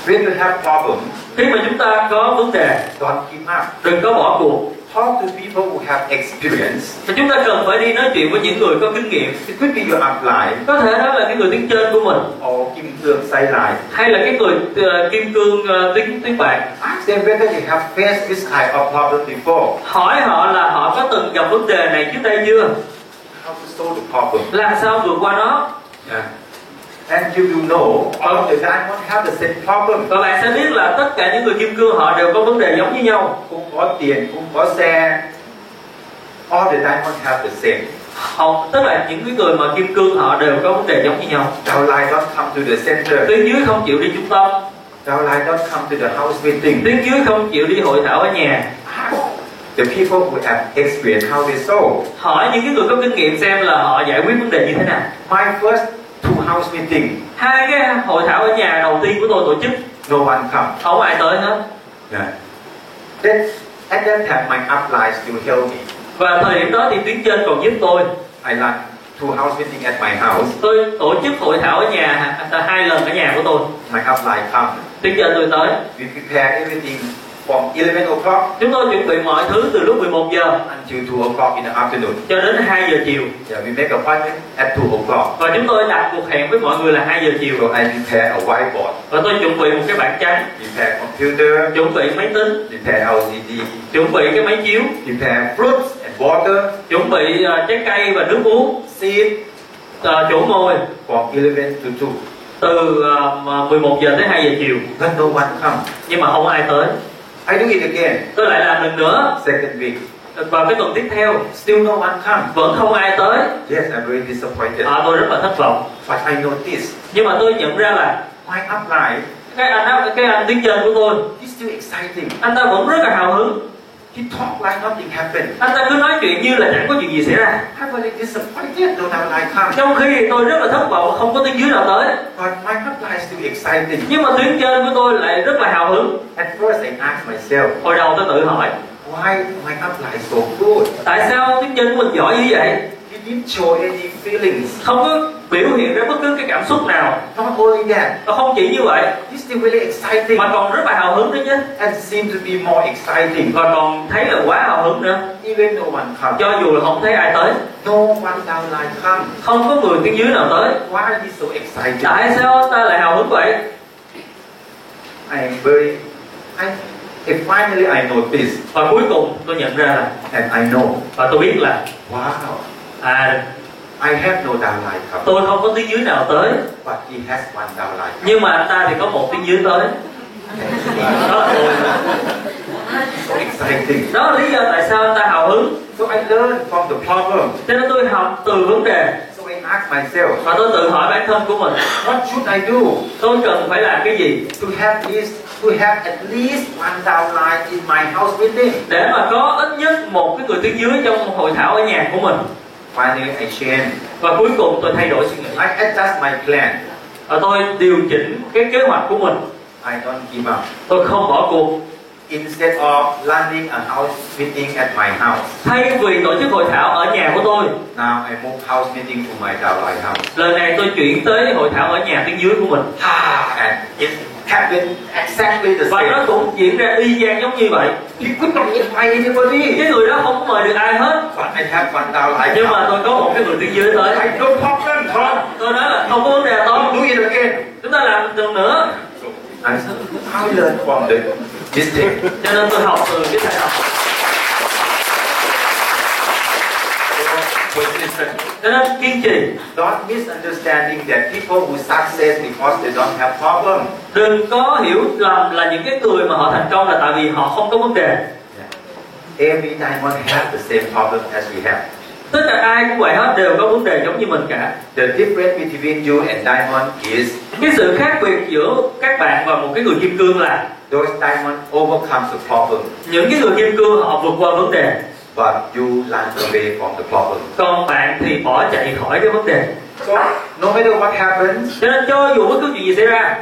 when you have problem,
khi mà chúng ta có vấn đề
don't give up.
đừng có bỏ cuộc
Talk to people who have experience.
và chúng ta cần phải đi nói chuyện với những người có kinh nghiệm
It could be your upline
có thể đó là cái người tiếng trên của mình
or Kim Cương sideline.
hay là cái người ờ, kim cương ờ, tiếng tiếng bạn
Ask them whether they have faced this kind of problem before.
hỏi họ là họ có từng gặp vấn đề này trước đây chưa
How to solve the problem.
làm sao vượt qua nó
Yeah. And you will know all of the time won't have the same problem.
và bạn sẽ biết là tất cả những người kim cương họ đều có vấn đề giống như nhau
Cũng có tiền, cũng có xe. All the time won't have the same.
họ tức là những cái người mà kim cương họ đều có vấn đề giống như nhau
Downline don't come to the center.
tiếng dưới không chịu đi trung tâm
Downline don't come to the house meeting.
tiếng dưới không chịu đi hội thảo ở nhà
The people who have experienced how they solve.
hỏi những cái người có kinh nghiệm xem là họ giải quyết vấn đề như thế nào
My first two house meeting,
hai cái hội thảo ở nhà đầu tiên của tôi tổ chức
no one come.
không ai tới hết
Yeah. Then at that time my upline still help me.
và thời điểm đó thì tuyến trên còn giúp tôi
I run two house meeting at my house.
tôi tổ chức hội thảo ở nhà à, hai lần ở nhà của tôi
My upline come.
tuyến trên tôi tới
We prepare everything from 11 o'clock
chúng tôi chuẩn bị mọi thứ từ lúc 11 giờ
until 2 o'clock in the afternoon.
cho đến 2 giờ chiều
Yeah, we make appointment at 2 o'clock.
và chúng tôi đặt cuộc hẹn với mọi người là 2 giờ chiều
So I prepare a whiteboard,
và tôi chuẩn bị một cái bảng trắng
prepare computer,
chuẩn bị máy tính
prepare LCD,
chuẩn bị cái máy chiếu
prepare fruits and water,
chuẩn bị ờ, trái cây và nước uống
seed
ờ, chỗ ngồi
from 11 to 2.
từ ờ, mà 11 giờ tới 2 giờ chiều
But no one come.
nhưng mà không ai tới
I do it again.
tôi lại làm lần nữa
Second week,
vào cái tuần tiếp theo
still no one come.
vẫn không ai tới
Yes, I'm very disappointed.
à, tôi rất là thất vọng
But I noticed
nhưng mà tôi nhận ra là
my upline
cái anh á, cái anh tiếng trên của tôi
is still exciting.
anh ta vẫn rất là hào hứng
He talk like nothing happened.
anh ta cứ nói chuyện như là chẳng có chuyện gì xảy ra
I'm very disappointed. No upline come.
trong khi thì tôi rất là thất vọng không có tiếng dưới nào tới
But my upline is still exciting.
nhưng mà tiếng trên của tôi lại rất là hào hứng
At first, I asked myself,
hồi đầu tôi tự hỏi
why my upline so good?
tại sao tiếng trên của mình giỏi như vậy
He didn't show any feelings.
không có biểu hiện ra bất cứ cái cảm xúc nào
Not only that,
và không chỉ như vậy
he's still really exciting
mà còn rất là hào hứng nữa chứ
and seemed to be more exciting.
và còn thấy là quá hào hứng nữa
Even no one come.
cho dù là không thấy ai tới
No one downline come.
không có người tiếng dưới nào tới
Why is he so excited?
tại sao anh ta lại hào hứng vậy
I am very, I, and finally I noticed
và cuối cùng tôi nhận ra là
and I know,
và tôi biết là
wow,
à
I have no downline come,
tôi không có tiếng dưới nào tới
but he has one downline.
nhưng mà anh ta thì có một tiếng dưới tới đó là tôi
So exciting.
đó là lý do tại sao anh ta hào hứng
So I learned from the problem.
cho nên tôi học từ vấn đề
So I asked myself,
và tôi tự hỏi bản thân của mình
what should I do
tôi cần phải làm cái gì
to have this, to have at least one downline in my house meeting?
để mà có ít nhất một cái người tiếng dưới trong hội thảo ở nhà của mình
Finally, I changed.
và cuối cùng tôi thay đổi suy nghĩ
I adjust my plan.
và tôi điều chỉnh cái kế hoạch của mình
I don't give up.
tôi không bỏ cuộc
Instead of running a house meeting at my house,
thay vì tổ chức hội thảo ở nhà của tôi
now I move house meeting to my downline house.
lần này tôi chuyển tới hội thảo ở nhà tiếng dưới của mình
Ah, and it happened exactly the
và nó
same.
cũng diễn ra y chang giống như vậy
He could not invite anybody.
cái người đó không có mời được ai hết
But I have one downline.
nhưng mà tôi có một cái người tiếng dưới tới
I no problem, Tom.
tôi nói là không có vấn đề
Don't
tôi
do it again.
chúng
how we learn from the mistake.
cho nên tôi học từ cái bài học cho nên kiên trì
Not misunderstanding that people who success because they don't have problem.
đừng có hiểu lầm là những cái người mà họ thành công là tại vì họ không có vấn đề
Every time one has the same problem as we have.
tất cả ai cũng vậy hết đều có vấn đề giống như mình cả
The difference between you and diamond is
cái sự khác biệt giữa các bạn và một cái người kim cương là
those diamond overcomes the problem,
những cái người kim cương họ vượt qua vấn đề
but you run away from the problem.
còn bạn thì bỏ chạy khỏi cái vấn đề
So no matter what happens,
cho nên cho dù bất cứ chuyện gì xảy ra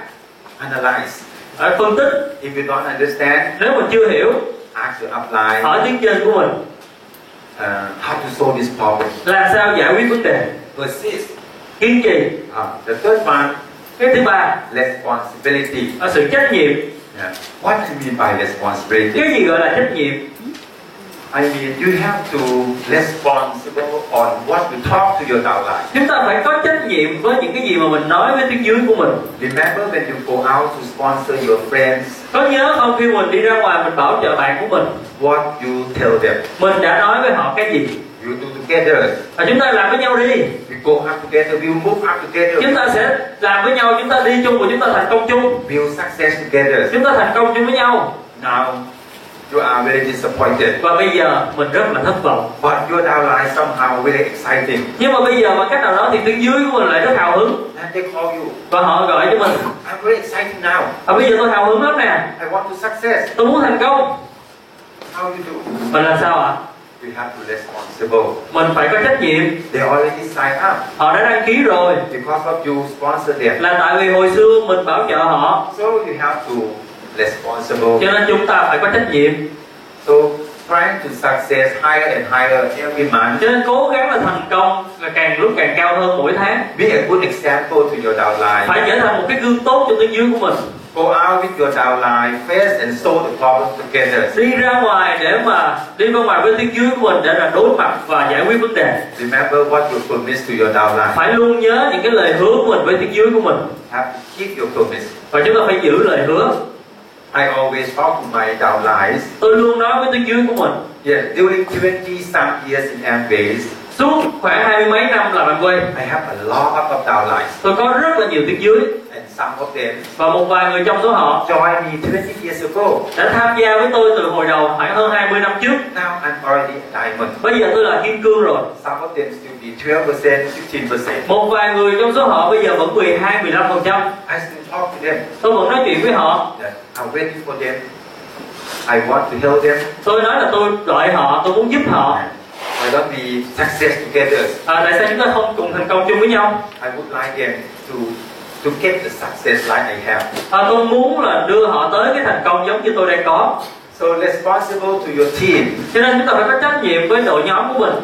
analyze.
hãy phân tích
If you don't understand,
nếu mình chưa hiểu
ask your upline
hỏi tiến trình của mình
uh, how to solve this problem.
làm sao giải quyết vấn đề
Persist.
kiên trì
Uh, the third one,
cái thứ ba
responsibility.
là sự trách nhiệm
Yeah. What do you mean by responsibility?
cái gì gọi là trách nhiệm
I mean, you have to responsible on what you talk to your downline.
chúng ta phải có trách nhiệm với những cái gì mà mình nói với tiếng dưới của mình
Remember when you go out to sponsor your friends,
có nhớ không khi mình đi ra ngoài mình bảo trợ bạn của mình
what you tell them.
mình đã nói với họ cái gì
You do together.
và chúng ta làm với nhau đi
We go up together. We move up together.
chúng ta sẽ làm với nhau chúng ta đi chung và chúng ta thành công chung
Build success together.
chúng ta thành công chung với nhau
Now, you are very disappointed.
và bây giờ mình rất là thất vọng
But your downline somehow very exciting.
nhưng mà bây giờ bằng cách nào đó thì tiếng dưới của mình lại rất hào hứng
And they call you.
và họ gọi cho mình
I'm very excited now.
và bây giờ tôi hào hứng lắm nè
I want to success.
tôi muốn thành công
How you do?
mình làm sao ạ
You have to responsible.
mình phải có trách nhiệm
They already sign up
họ đã đăng ký rồi
because of you sponsor them.
là tại vì hồi xưa mình bảo trợ họ
So you have to responsible.
cho nên chúng ta phải có trách nhiệm
So trying to success higher and higher every month.
cho nên cố gắng là thành công là càng lúc càng cao hơn mỗi tháng
Be a good example to your downline.
phải trở thành một cái gương tốt cho tiếng dưới của mình
Go out with your downline first and solve the problem together.
đi ra ngoài để mà đi ra ngoài với tiếng dưới của mình để là đối mặt và giải quyết vấn đề
Remember what you promised to your downline.
phải luôn nhớ những cái lời hứa của mình với tiếng dưới của mình
Have to keep your promise.
và chúng ta phải giữ lời hứa
I always talk to my downlines.
tôi luôn nói với tiếng dưới của mình
Yes, during 20 some years in Amways,
suốt khoảng hai mươi mấy năm làm anh quay
I have a lot of downlines.
tôi có rất là nhiều tiếng dưới
And some of them
và một vài người trong số họ
joined me 20 years ago.
đã tham gia với tôi từ hồi đầu khoảng hơn 20 năm trước
Now I'm already a diamond.
bây giờ tôi là kim cương rồi
Some of them still be 12%, 15%.
một vài người trong số họ bây giờ vẫn 12 15 phần trăm
I still talk to them.
tôi vẫn nói chuyện với họ
that I'm waiting for them. I want to help them.
tôi nói là tôi đợi họ tôi muốn giúp họ
Why not we success together?
à, tại sao chúng ta không cùng thành công chung với nhau
I would like them to to get the success like I have.
à, tôi muốn là đưa họ tới cái thành công giống như tôi đang có
So responsible to your team,
cho nên chúng ta phải có trách nhiệm với đội nhóm của mình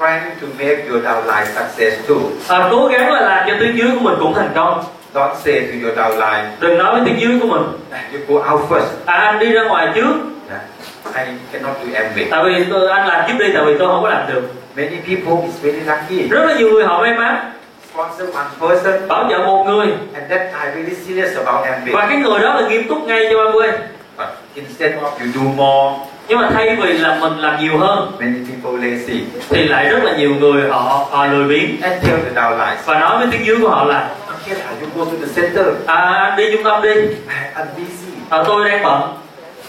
trying to make your downline success too.
à, cố gắng là làm cho tiếng dưới của mình cũng thành công
Don't say to your downline,
đừng nói với tiếng dưới của mình
"Ah, you go out first.
à, anh đi ra ngoài trước
Yeah. I cannot do everything.
tại vì tôi, anh làm trước đi tại vì tôi không có làm được
Many people is very lucky.
rất là nhiều người họ may mắn
Sponsor one person,
bảo trợ một người
and that I really serious about
và
MBA.
cái người đó là nghiêm túc ngay cho anh quên
But instead of you do more,
nhưng mà thay vì là mình làm nhiều hơn
many people lazy
thì lại rất là nhiều người họ, họ lười biếng
and tell the downlines.
và nói với tiếng dưới của họ là
Okay, lah, you go to the center.
à, anh đi trung tâm đi
I- I'm busy.
à, tôi đang bận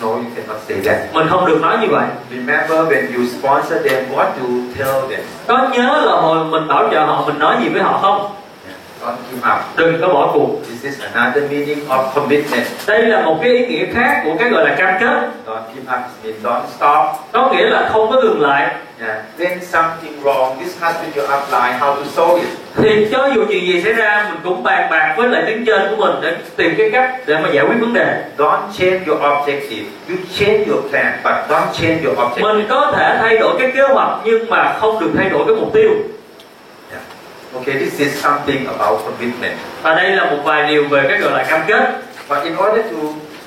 No, you cannot say that.
mình không được nói như vậy
Remember when you sponsor them, what you tell them.
có nhớ là hồi mình bảo trợ họ mình nói gì với họ không
Yeah, Don't give up.
đừng có bỏ cuộc
This is another meaning of commitment.
đây là một cái ý nghĩa khác của cái gọi là cam kết
Don't give up means don't stop.
có nghĩa là không có dừng lại
Yeah. When something wrong, discuss with your upline how to solve it.
thì cho dù chuyện gì xảy ra mình cũng bàn bạc với lại tiếng trên của mình để tìm cái cách để mà giải quyết vấn đề
Don't change your objective. You change your plan, but don't change your objective.
mình có thể thay đổi cái kế hoạch nhưng mà không được thay đổi cái mục tiêu
Okay, this is something about commitment.
và đây là một vài điều về cái gọi là cam kết
But in order to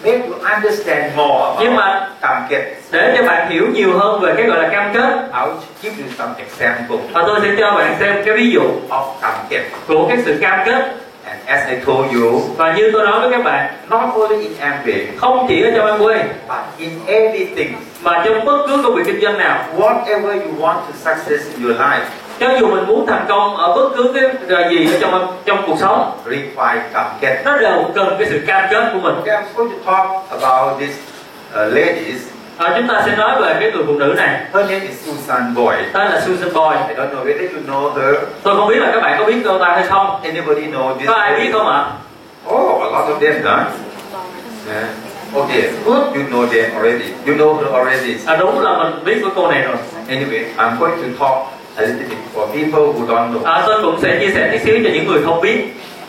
make you understand more
nhưng
about
mà
target,
để cho bạn hiểu nhiều hơn về cái gọi là cam kết
I will give you some example
và tôi sẽ cho bạn xem cái ví dụ
of target
của cái sự cam kết
and as I told you,
và như tôi nói với các bạn
not only in Amway,
không chỉ ở trong Amway
but in everything.
mà trong bất cứ công việc kinh doanh nào
Whatever you want to success in your life
cho dù mình muốn thành công ở bất cứ cái à, gì ở trong trong cuộc sống
requires commitment.
nó đều cần cái sự cam kết của mình
Okay, I'm going to talk about this uh, ladies.
Ờ, chúng ta sẽ nói về cái người phụ nữ này
Her name is Susan Boyd.
tên là Susan Boy
I don't know whether you know her.
tôi không biết là các bạn có biết cô ta hay không
Anybody know this?
có ai biết
lady?
không ạ
Oh, a lot of them, huh? Yeah. Okay, good. You know them already. You know her already.
à, đúng là mình biết của cô này rồi
Anyway, I'm going to talk a little bit for people who don't know.
à, tôi cũng sẽ chia sẻ tí xíu cho những người không biết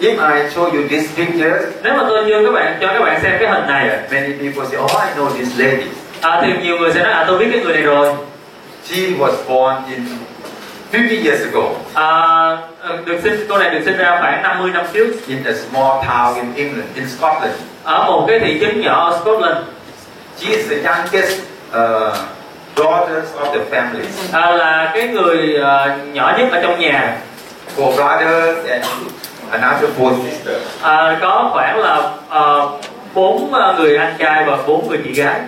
If I show you these pictures,
nếu mà tôi như các bạn cho các bạn xem cái hình này
many people say, "Oh, I know this lady.
à, thì nhiều người sẽ nói à tôi biết cái người này rồi
She was born in 50 years ago
à, được sinh cô này được sinh ra khoảng 50 năm trước
in a small town in England, in Scotland.
ở một cái thị trấn nhỏ ở Scotland
She is the youngest uh, daughters of the family.
à, là cái người à, nhỏ nhất ở trong nhà
Four brothers and another four sisters.
à, có khoảng là à, bốn à, người anh trai và bốn người chị gái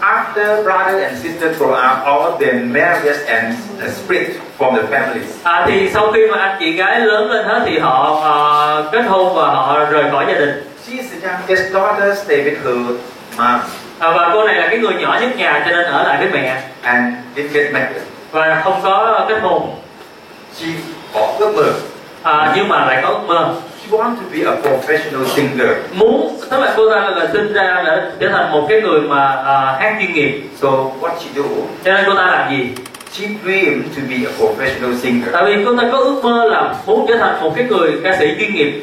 After brother and sister grow up, all of them married and uh, split from the families.
à, thì sau khi mà anh chị gái lớn lên hết thì họ à, kết hôn và họ rời khỏi gia đình
She is the youngest daughter, stay with her mom
à, và cô này là cái người nhỏ nhất nhà cho nên ở lại với mẹ
and didn't get married.
và không có kết hôn
She got the birth.
à, nhưng mà lại có ước mơ
She wanted to be a professional singer.
muốn tức là cô ta là sinh ra để trở thành một cái người mà à, hát chuyên nghiệp
So what she do?
cho nên cô ta làm gì
She dreamed to be a professional singer.
tại vì cô ta có ước mơ là muốn trở thành một cái người ca sĩ chuyên nghiệp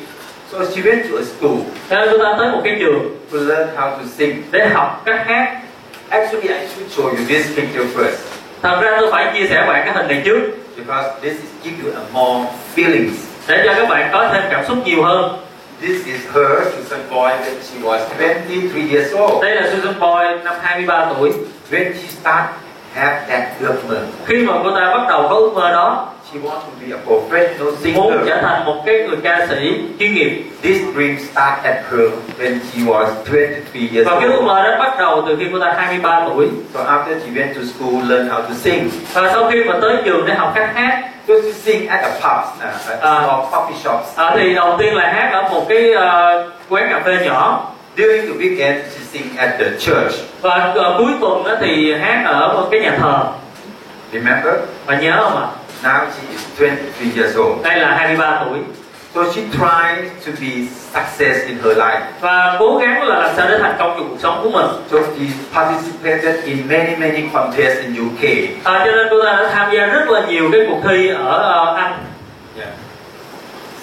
So she went to a school
cho nên cô ta tới một cái trường
to learn how to sing.
để học cách hát
Actually, I should show you this picture first
thật ra tôi phải chia sẻ bạn cái hình này trước
because this is give you a more feelings.
để cho các bạn có thêm cảm xúc nhiều hơn
This is her, Susan Boyd, when she was 23 years old.
đây là Susan Boy năm 23 tuổi
When she start have that ước
khi mà cô ta bắt đầu có ước mơ đó
she want to be a professional
muốn trở
singer.
thành một cái người ca sĩ chuyên nghiệp
This dream start at her when she was 23 years
và cái ước
old.
mơ đó bắt đầu từ khi cô ta 23 tuổi
So after she went to school, learn how to sing.
và sau khi mà tới trường để học cách hát
So she sing at a pub, uh, at
Ah.
small coffee shops.
À, thì đầu tiên là hát ở một cái ờ, quán cà phê nhỏ
During the weekend, she sing at the church.
và ờ, cuối tuần đó thì hát ở một cái nhà thờ
Remember?
và nhớ không ạ
Now she is 23 years old.
đây là 23 tuổi
So she tried to be success in her life.
và cố gắng là làm sao để thành công trong cuộc sống của mình
So she participated in many, many contests in UK.
à, cho nên cô ta đã tham gia rất là nhiều cái cuộc thi ở ờ, Anh
Yeah.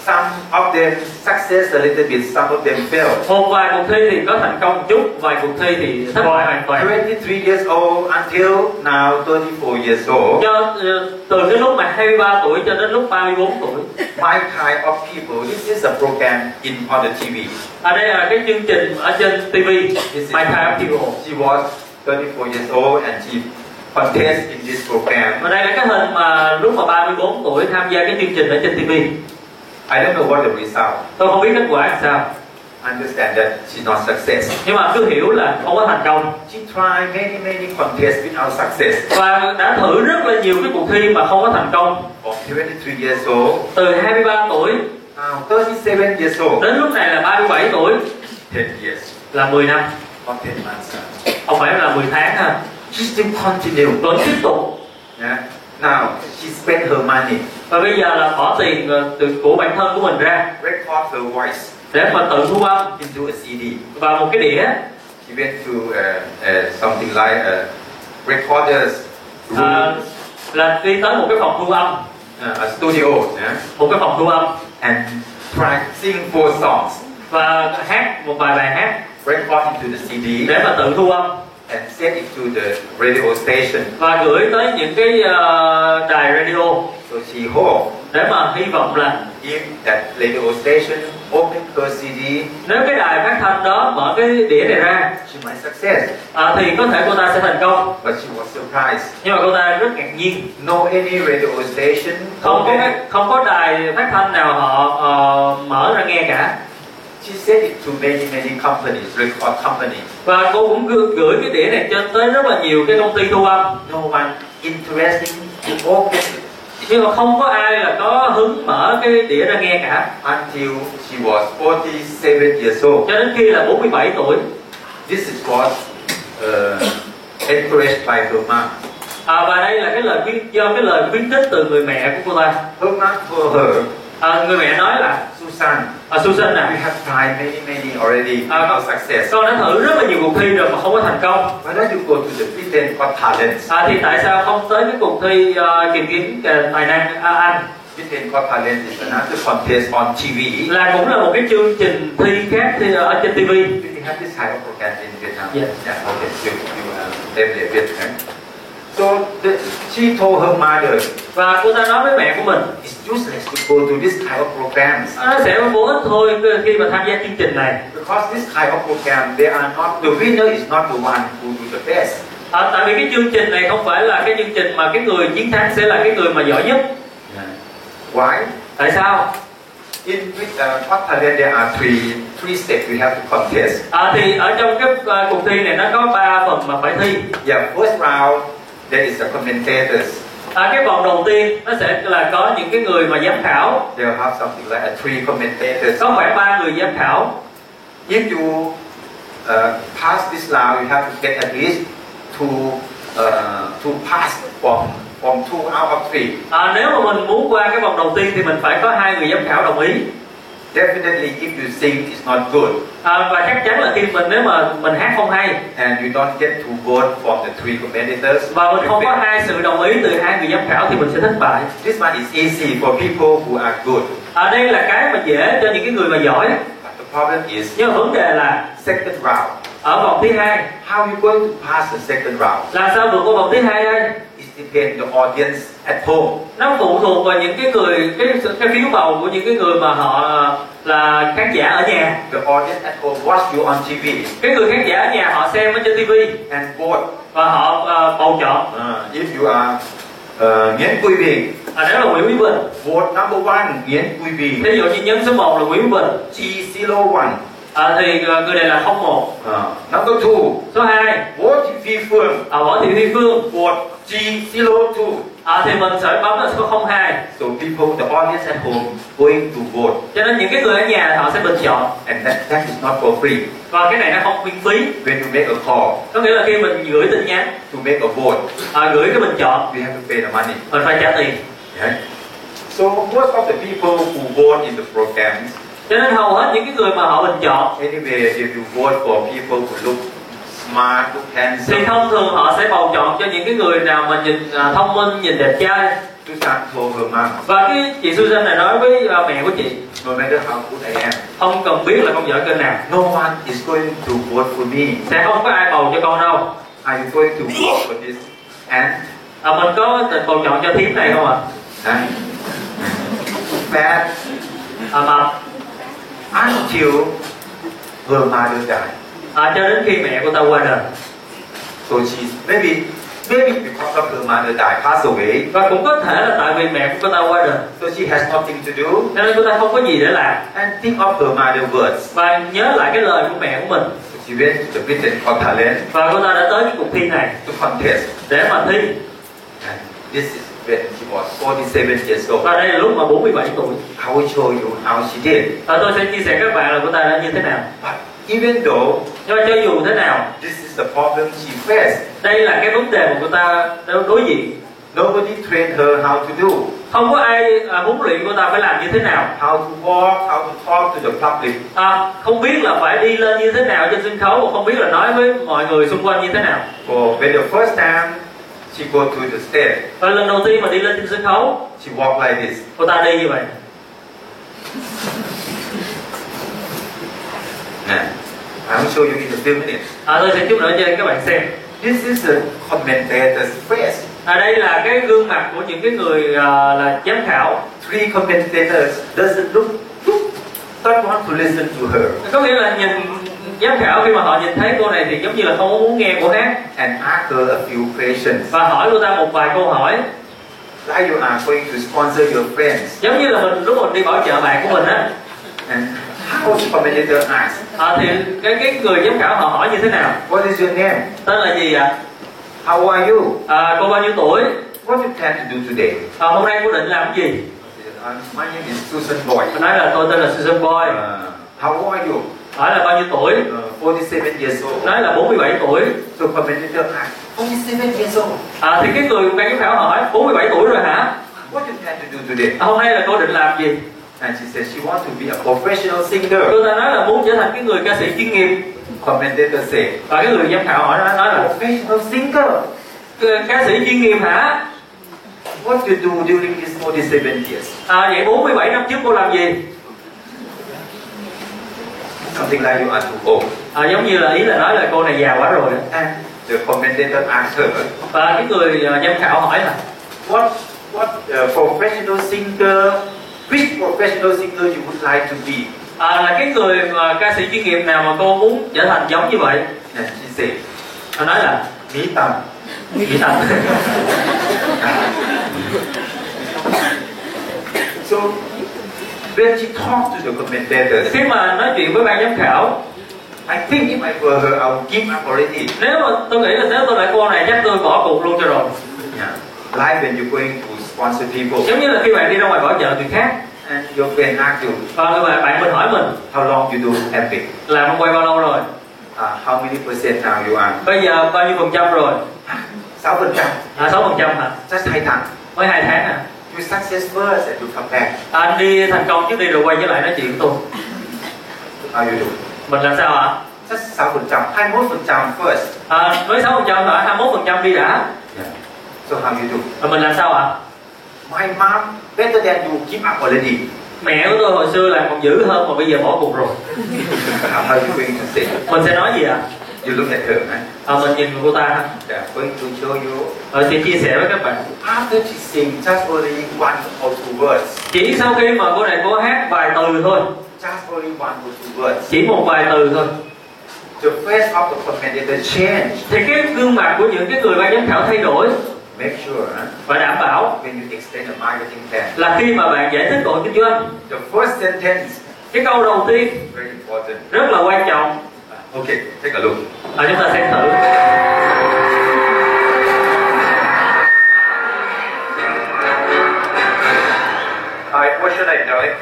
Some of them success a little bit, some of them failed.
một vài cuộc thi thì có thành công một chút vài cuộc thi thì thất bại hoàn toàn
23 years old until now 34 years old.
cho ờ, từ cái lúc mà 23 tuổi cho đến lúc 34 tuổi
My kind of people, this is a program in on the TV.
à, đây là cái chương trình ở trên TV
This is
My Time People
She was 34 years old and she contest in this program.
Và đây là cái hình mà lúc mà 34 tuổi tham gia cái chương trình ở trên TV
I don't know what the result.
Tôi không biết kết quả làm sao
Understand that she's not success.
Nhưng mà cứ hiểu là không có thành công
She tried many many contests without success.
Và đã thử rất là nhiều cái cuộc thi mà không có thành công
From 23 years old,
Từ 23 tuổi
now 37 years old.
đến lúc này là 37 tuổi
10 years,
Là 10 năm
not 10 months. huh?
Không phải là 10 tháng ha
She still continue.
Vẫn tiếp tục
Yeah. Now she spent her money,
Và bây giờ là bỏ tiền ờ, từ của bản thân của mình ra
record her voice
Để mà tự thu âm
into a CD.
Và một cái đĩa
She went to uh, uh, something like a recorder's room,
ờ, Là đi tới một cái phòng thu âm
uh, a studio, yeah,
Một cái phòng thu âm
and tried sing four songs,
Và hát một vài bài hát
record into the CD,
Để mà tự thu âm
and send it to the radio station.
và gửi tới những cái ờ, đài radio
So she hoped
để mà hy vọng là
If that radio station opened her CD,
nếu cái đài phát thanh đó mở cái đĩa này ra
she might success.
à, thì có thể cô ta sẽ thành công
But she was surprised.
nhưng mà cô ta rất ngạc nhiên
No any radio station
không có
opened.
cái, không có đài phát thanh nào họ ờ, mở ra nghe cả
She said it to many many companies, record companies.
và cô cũng gửi, gửi cái đĩa này trên tới rất là nhiều cái công ty thu âm
No one interesting to open it
nhưng mà không có ai là có hứng mở cái đĩa ra nghe cả
until she was 47 years old.
cho đến khi là 47 tuổi
This is what uh, encouraged by her mom.
à, và đây là cái lời khuyên do cái lời khuyến khích từ người mẹ của cô ta
Her mom told her,
à, người mẹ nói là
Susan,
à, Susan
we
nè
have tried many many already without success.
con đã thử rất là nhiều cuộc thi rồi mà không có thành công
Why don't you go to the Britain Got Talent?
à, thì tại sao không tới cái cuộc thi ờ, tìm kiếm ờ, tài năng ờ, anh
Britain Got Talent is another contest on TV.
là cũng là một cái chương trình thi khác thi ở trên TV
Do you have this type of program in Vietnam?
Yes.
Yeah, okay, you, you uh, live in Vietnam. So the, she told her mother,
và cô ta nói với mẹ của mình
it's useless to go to this type of programs
"À, nó sẽ vô ích thôi khi mà tham gia chương trình này
because this type of program, they are not the winner is not the one who do the best.
Ờ, tại vì cái chương trình này không phải là cái chương trình mà cái người chiến thắng sẽ là cái người mà giỏi nhất
Why?
tại sao
In with uh, Got Talent, there are three three steps we have to contest.
Ờ, thì ở trong cái ờ, cuộc thi này nó có 3 phần mà phải thi
Yeah, first round there is the commentators.
Ờ, cái vòng đầu tiên nó sẽ là có những cái người mà giám khảo
They'll have something like a three commentators.
có khoảng ba người giám khảo
If you uh, pass this law, you have to get at least to uh, to pass from from two out of three.
Ờ, nếu mà mình muốn qua cái vòng đầu tiên thì mình phải có hai người giám khảo đồng ý
Definitely, if you sing, it's not good,
Ờ, và chắc chắn là khi mình nếu mà mình hát không hay
and you don't get to vote from the three competitors.
và mình
you
không có
fail.
hai sự đồng ý từ hai người giám khảo thì mình sẽ thất bại
This one is easy for people who are good,
ở đây là cái mà dễ cho những cái người mà giỏi
but the problem is
nhưng mà vấn đề là
second round.
ở vòng thứ hai
How are you going to pass the second round?
là sao vượt qua vòng thứ hai đây
It depends the audience at home.
nó phụ thuộc vào những cái người cái cái phiếu bầu của những cái người mà họ là khán giả ở nhà
The audience at home watch you on TV
cái người khán giả ở nhà họ xem ở trên tivi
and vote.
và họ ờ, bầu chọn
Uh, if you are uh, Nguyễn Quy Bình,
à, nếu là Nguyễn Quý Bình
Vote number one, Nguyễn Quy Bì.
ví dụ như nhân số 1 là Nguyễn Quý Bình
G01.
à, thì ờ, người này là 01
Uh, number two,
số 2
Vote Phi Phương.
à, Võ Thị Thi Phương
Vote G02.
à, thì mình sẽ bấm là số 02
So people, the audience at home, going to vote.
cho nên những cái người ở nhà họ sẽ bình chọn
And that, that is not for free.
và cái này nó không miễn phí
When you make a call
có nghĩa là khi mình gửi tin nhắn
to make a vote,
à, gửi cái bình chọn
we have to pay the money.
mình phải trả tiền
Right? So most of the people who vote in the programs,
cho nên hầu hết những cái người mà họ bình chọn
anyway, if you vote for people who look smart, look
thì
handsome,
thông thường họ sẽ bầu chọn cho những cái người nào mà nhìn à, thông minh nhìn đẹp trai
Susan told her mom,
và cái chị Susan này nói với à, mẹ của chị
no matter how good I am,
không cần biết là con giỏi kênh nào
No one is going to vote for me.
sẽ không có ai bầu cho con đâu
Are you going to vote for this ant?
à, mình có tình bầu chọn cho thím này không ạ
Ant? Bad
à, mà
until her mother died.
à, cho đến khi mẹ của ta qua đời
So she's maybe maybe because of her mother died, passed away.
và cũng có thể là tại vì mẹ của cô ta qua đời
So she has nothing to do.
cho nên cô ta không có gì để làm
And think of her mother words.
và nhớ lại cái lời của mẹ của mình
So she went to the Britain for talent
và cô ta đã tới cái cuộc thi này
to contest.
để mà thi
And this is when she was 47 years old.
và đây là lúc mà 47 tuổi
I will show you how she did.
và tôi sẽ chia sẻ các bạn là cô ta đã như thế nào
But even though
nhưng mà cho dù thế nào
this is the problem she faced,
đây là cái vấn đề mà cô ta đã đối diện
Nobody trained her how to do,
không có ai à, huấn luyện cô ta phải làm như thế nào
how to walk, how to talk to the public.
à, không biết là phải đi lên như thế nào trên sân khấu và không biết là nói với mọi người xung quanh như thế nào
For when the first time she go to the stage,
và lần đầu tiên mà đi lên trên sân khấu
she walk like this.
cô ta đi như vậy
Now, I will show you in a few minutes.
à, tôi sẽ chút nữa cho các bạn xem
This is the commentator's face.
ở đây là cái gương mặt của những cái người ờ, là giám khảo
Three commentators doesn't look, look don't want to listen to her
có nghĩa là nhìn giám khảo khi mà họ nhìn thấy cô này thì giống như là không có muốn nghe cô hát
and ask her a few questions.
và hỏi cô ta một vài câu hỏi
Like you are going to sponsor your friends.
giống như là mình lúc mình đi bảo trợ bạn của mình á
And how the commentator asks,
ờ, thì cái cái người giám khảo họ hỏi như thế nào
What is your name?
tên là gì ạ
How are you?
Ờ, cô bao nhiêu tuổi
What do you plan to do today?
Ờ, hôm nay cô định làm cái gì
Uh, my name is Susan Boyd.
Cô nói là tôi tên là Susan Boy
Uh, how old are you?
hỏi là bao nhiêu tuổi
Uh, 47 years old.
nói là 47 tuổi
So commentator asks, 47 years old.
à, thì cái người ban giám khảo hỏi 47 tuổi rồi hả À,
What do you plan to do today?
hôm nay là cô định làm gì
And she says she wants to be a professional singer.
cô ta nói là muốn trở thành cái người ca sĩ chuyên nghiệp
Commentator says,
và cái người giám khảo hỏi nói, nói là
professional singer?
"Ca- ca sĩ chuyên nghiệp hả
What you do during these 47 years?
à, vậy 47 năm trước cô làm gì
Something like you are too old.
à, giống như là ý là nói là cô này già quá rồi
And the commentator asked her,
và cái người ờ, giám khảo hỏi là
what, what uh, professional singer, which professional singer you would like to be?
à, là cái người mà ca sĩ chuyên nghiệp nào mà cô muốn trở thành giống như vậy
And she said,
Cô nói là
me tam.
nghĩ thật
So when she talked to the commentators,
khi mà nói chuyện với ban giám khảo
I think if I were her, I would give up already.
nếu mà tôi nghĩ là nếu tôi là cô này chắc tôi bỏ cuộc luôn cho rồi
Yeah. Like when you're going to sponsor people
giống như là khi bạn đi ra ngoài bảo trợ người khác
and your friend asks you,
và người bạn bạn mình hỏi mình
how long you do epic?
làm ông quay bao lâu rồi
Uh, how many percent now you are?
bây giờ bao nhiêu phần trăm rồi
Sáu phần trăm,
à, 6 phần trăm hả
rất hay thẳng.
mới hai tháng à
You success first and you come back.
anh đi thành công trước đi rồi quay trở lại nói chuyện với tôi
How you do?
mình làm sao ạ
Rất sáu phần trăm, hai mốt phần trăm first.
à, mới 6 phần trăm hả 21 phần trăm đi đã
Yeah. So how you do?
rồi mình làm sao ạ
My mom better than you give up already.
mẹ của tôi hồi xưa là còn dữ hơn mà bây giờ bỏ cuộc rồi
How how you going to say?
mình sẽ nói gì ạ
You look at her, right?
à, mình nhìn cô ta ha.
Yeah, going to show you
rồi sẽ chia sẻ với các bạn
After she sings just only one or two words,
chỉ sau khi mà cô này cô hát vài từ thôi
just only one or two words,
chỉ một vài từ thôi
the face of the commentator changed.
thì cái gương mặt của những cái người ban giám khảo thay đổi
Make sure huh?
và đảm bảo
when you explain the marketing plan,
là khi mà bạn giải thích đội kinh doanh
the first sentence
cái câu đầu tiên
is very important.
rất là quan trọng
Okay, take a look.
và chúng ta xem thử
Hi, what's your name, darling?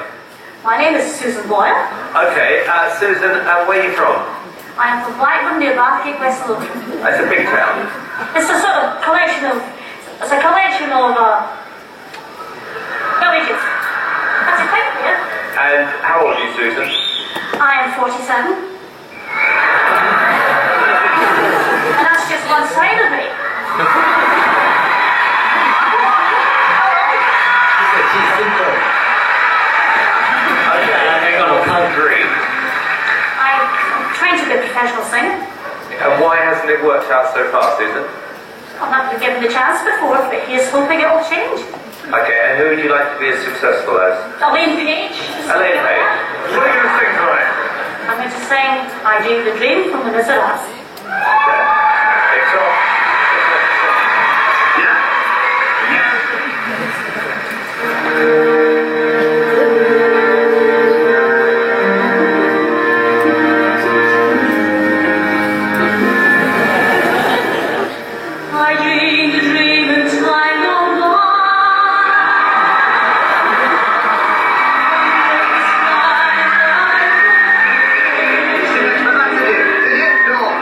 My name is Susan Boyle.
Okay, uh, Susan, uh, where are you from?
I am from Blackburn near Bathgate, West London.
That's a big town.
It's a sort of collection of, it's a collection of uh, villages. That's a thing, yeah.
And how old are you, Susan?
I am 47. and that's just one side of me.
She's
Đây là cái câu đầu
single.
tiên
Agree.
I'm trying to be a professional singer.
And why hasn't it worked out so far, Susan?
I've not been given the chance before, but here's hoping it will change.
Okay, and who would you like to be as successful as?
Elaine Page.
Elaine Page. What are you going to sing tonight?
I'm going to sing I Dreamed a Dream from The Miserables.
It's all.
I dreamed a dream in time gone by.
It's all.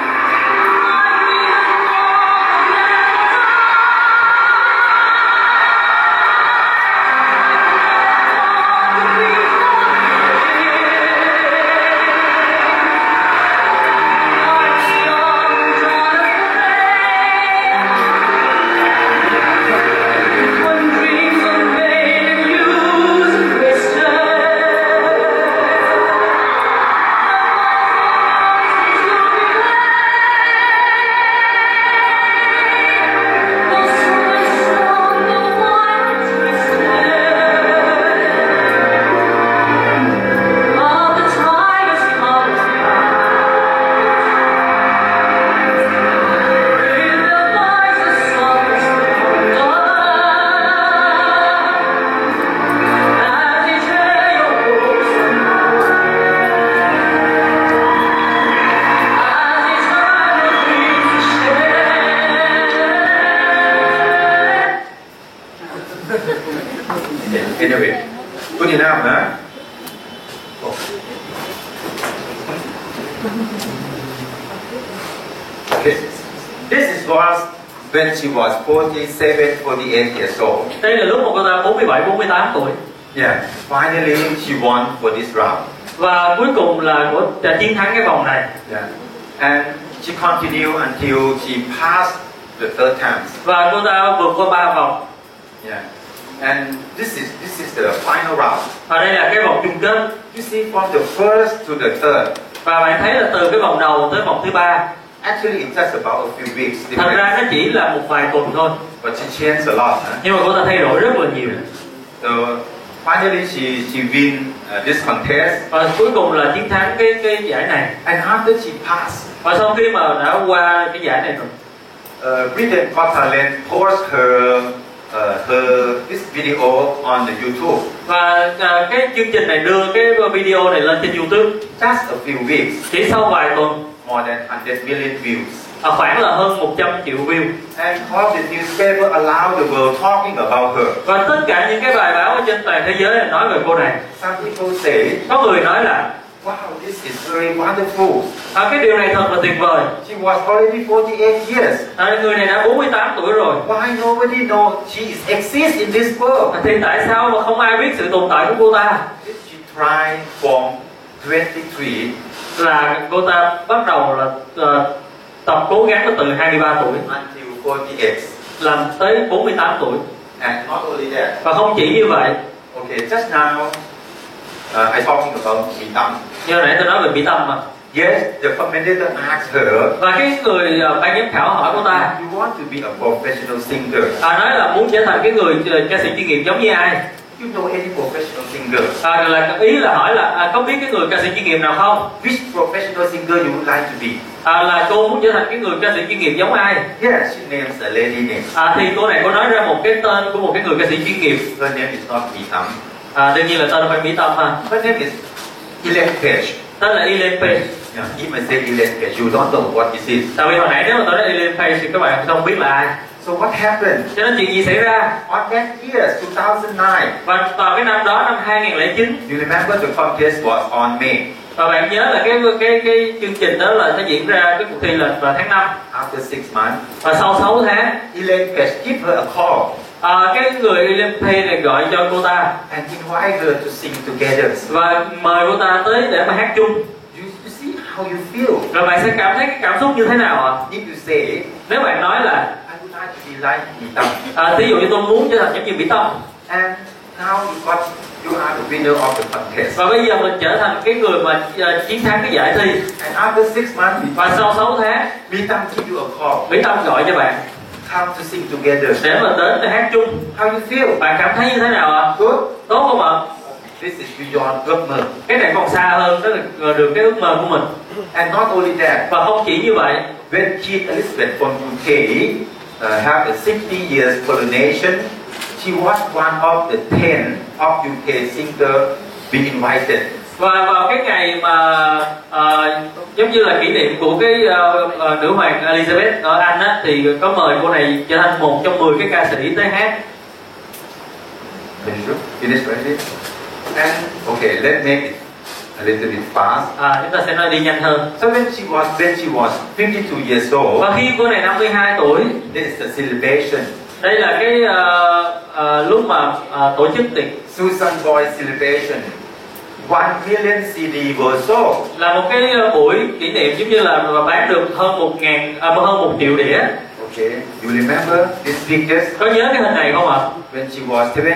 Okay. This is was when she was 47, 48 years old.
Đây là lúc mà cô ta 47, 48 tuổi
Yeah. Finally, she won for this round.
Và cuối cùng là cô đã chiến thắng cái vòng này
Yeah. And she continued until she passed the third time.
Và cô ta vượt qua ba vòng
Yeah. And this is this is the final round.
Và đây là cái vòng chung kết
You see, from the first to the third,
Và bạn thấy là từ cái vòng đầu tới vòng thứ ba
actually it's just about a few weeks
Thành
difference,
ra nó chỉ là một vài tuần thôi
but she changed a lot. Huh?
Nhưng mà cô ta thay đổi rất là nhiều
So finally, she she win uh, this contest,
Và cuối cùng là chiến thắng cái cái giải này
and after she passed,
Và sau khi mà đã qua cái giải này rồi
uh, Britain Got Talent post her uh, her this video on the YouTube
Và à, cái chương trình này đưa cái video này lên trên Youtube
just a few weeks,
Chỉ sau vài tuần
more than 100 million views,
à, Khoảng là hơn 100 triệu view
and all the newspaper around the world talking about her.
Và tất cả những cái bài báo ở trên toàn thế giới này nói về cô này
Some people say,
Có người nói là
"Wow, this is very wonderful."
à, cái điều này thật là tuyệt vời
She was already 48 years.
à, Người này đã 48 tuổi rồi À,
Why nobody know she is exists in this world?
Thì tại sao mà không ai biết sự tồn tại của cô ta
She tried from 23
Là cô ta bắt đầu là ờ, tập cố gắng là từ 23 tuổi
until 48.
Làm tới 48 tuổi
And not only that,
Và không chỉ như vậy
okay, just now uh, I talking about Vietnam.
Như hồi nãy tôi nói về Mỹ Tâm mà
Yes, the commentator asked her,
Và cái người ờ, ban giám khảo hỏi cô ta
you want to be a professional singer.
à, Nói là muốn trở thành cái người ờ, ca sĩ chuyên nghiệp giống như ai
You know any professional singer?
à, là Ý là hỏi là à, có biết cái người ca sĩ chuyên nghiệp nào không
Which professional singer you would like to be?
à, Là cô muốn trở thành cái người ca sĩ chuyên nghiệp giống ai
Yes, she names a lady name.
à, Thì cô này có nói ra một cái tên của một cái người ca sĩ chuyên nghiệp
Her name is not Vietnam.
à, Đương nhiên là tên phải Mỹ Tâm ha
Her name is Elaine Page.
Tên là Elaine Page
Yeah, he may say Elaine Page. You don't know what this is.
Tại vì hồi nãy nếu mà tôi nói Alien Face thì các bạn không biết là ai
So what happened?
Cho nên chuyện gì xảy ra
On that year, 2009,
Và vào cái năm đó năm 2009
you remember the contest was on May.
Và bạn nhớ là cái cái cái chương trình đó là nó diễn ra cái cuộc thi là vào tháng 5
After six months,
Và sau 6 tháng
Elaine Page gave her a call
à, Cái người Alien Face này gọi cho cô ta
and invited her to sing together.
Và mời cô ta tới để mà hát chung
You, you see how you feel.
Rồi bạn sẽ cảm thấy cái cảm xúc như thế nào ạ?
If you say,
Nếu bạn nói là
I would like to be like Vietnam,
à, Thí dụ như tôi muốn trở thành giống như Mỹ Tâm
and now you got you are the winner of the contest.
Và bây giờ mình trở thành cái người mà à, chiến thắng cái giải thi
And after six months,
Và sau 6 tháng
Vietnam give you a call,
Mỹ Tâm gọi cho bạn
come to sing together.
để mà đến để hát chung
How you feel?
bạn cảm thấy như thế nào ạ
Good.
tốt không ạ
This is beyond government.
cái này còn xa hơn đó là ờ, được cái ước mơ của mình
And not only that,
và không chỉ như vậy
when Queen Elizabeth from UK uh, had a 60 years coronation, she was one of the 10 of UK singers be invited.
và vào cái ngày mà ờ, giống như là kỷ niệm của cái ờ, ờ, nữ hoàng Elizabeth ở Anh á thì có mời cô này trở thành một trong 10 cái ca sĩ tới hát
Finish it? Finish already? And okay, let's make it a little bit fast.
à, chúng ta sẽ nói đi nhanh hơn
So when she was when she was 52 years old,
và khi cô này 52 tuổi
this is a celebration.
đây là cái ờ, ờ, lúc mà ờ, tổ chức tiệc
Susan Boy celebration. One million CD were sold.
là một cái ờ, buổi kỷ niệm giống như là bán được hơn một ngàn à, hơn một triệu đĩa
Okay, you remember these pictures
có nhớ cái hình này không ạ
when she was 73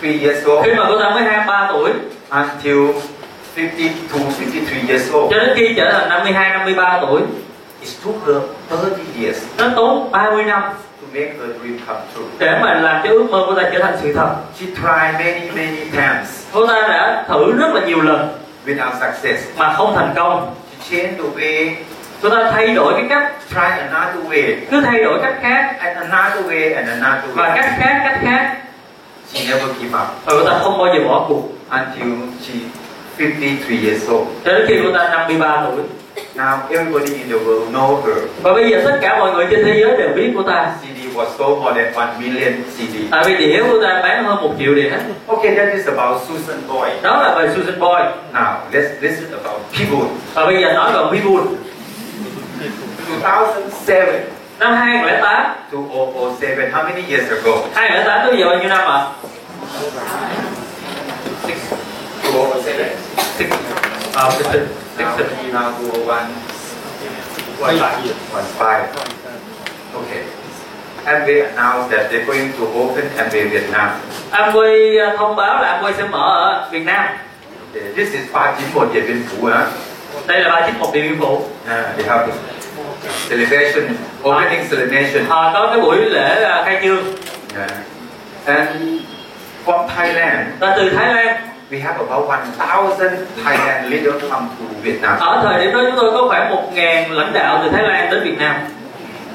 three years old?
khi mà cô ta mới 23 tuổi
until 52, 53 years old.
cho đến khi trở thành 52 53 tuổi
It took her 30 years
nó tốn 30 năm
to make her dream come true.
để mà làm cho ước mơ của ta trở thành sự thật
She tried many, many times
cô ta đã thử rất là nhiều lần
without success.
mà không thành công
She changed the way,
cô ta thay đổi cái cách
tried another way,
cứ thay đổi cách khác
and another way, and another
và
way.
cách khác cách khác
She never gave up
và cô ta không bao giờ bỏ cuộc
until she 53 years old.
cho đến khi cô ta 53 tuổi
Now everybody in the world know her.
và bây giờ tất cả mọi người trên thế giới đều biết cô ta
CD was was sold more than 1 million CD.
tại vì đĩa của ta bán hơn một triệu đĩa
Okay, that is about Susan Boyd.
đó là bài Susan Boy
Now, let's listen about Pibun.
và bây giờ nói về Bibul
2007
năm 2008
to 007, how many years ago?
2008 tới giờ bao nhiêu năm ạ
Six. 2007.
Six- ờ, six- six- six-
Now,
six.
now 201. One five. One five. Okay. And they announced that they're going to open Amway Vietnam.
Amway à, thông báo là Amway sẽ mở ở Việt Nam
Okay, This is 591 Điện Biên Phủ. Huh?
đây là 391 Điện Biên Phủ
Uh, they have celebration, opening celebration.
họ có cái buổi lễ à, khai trương
Yeah. And from Thailand,
và từ Thái Lan
we have about 1,000 Thailand leaders come to Vietnam.
ở thời điểm đó chúng tôi có khoảng 1.000 lãnh đạo từ Thái Lan đến Việt Nam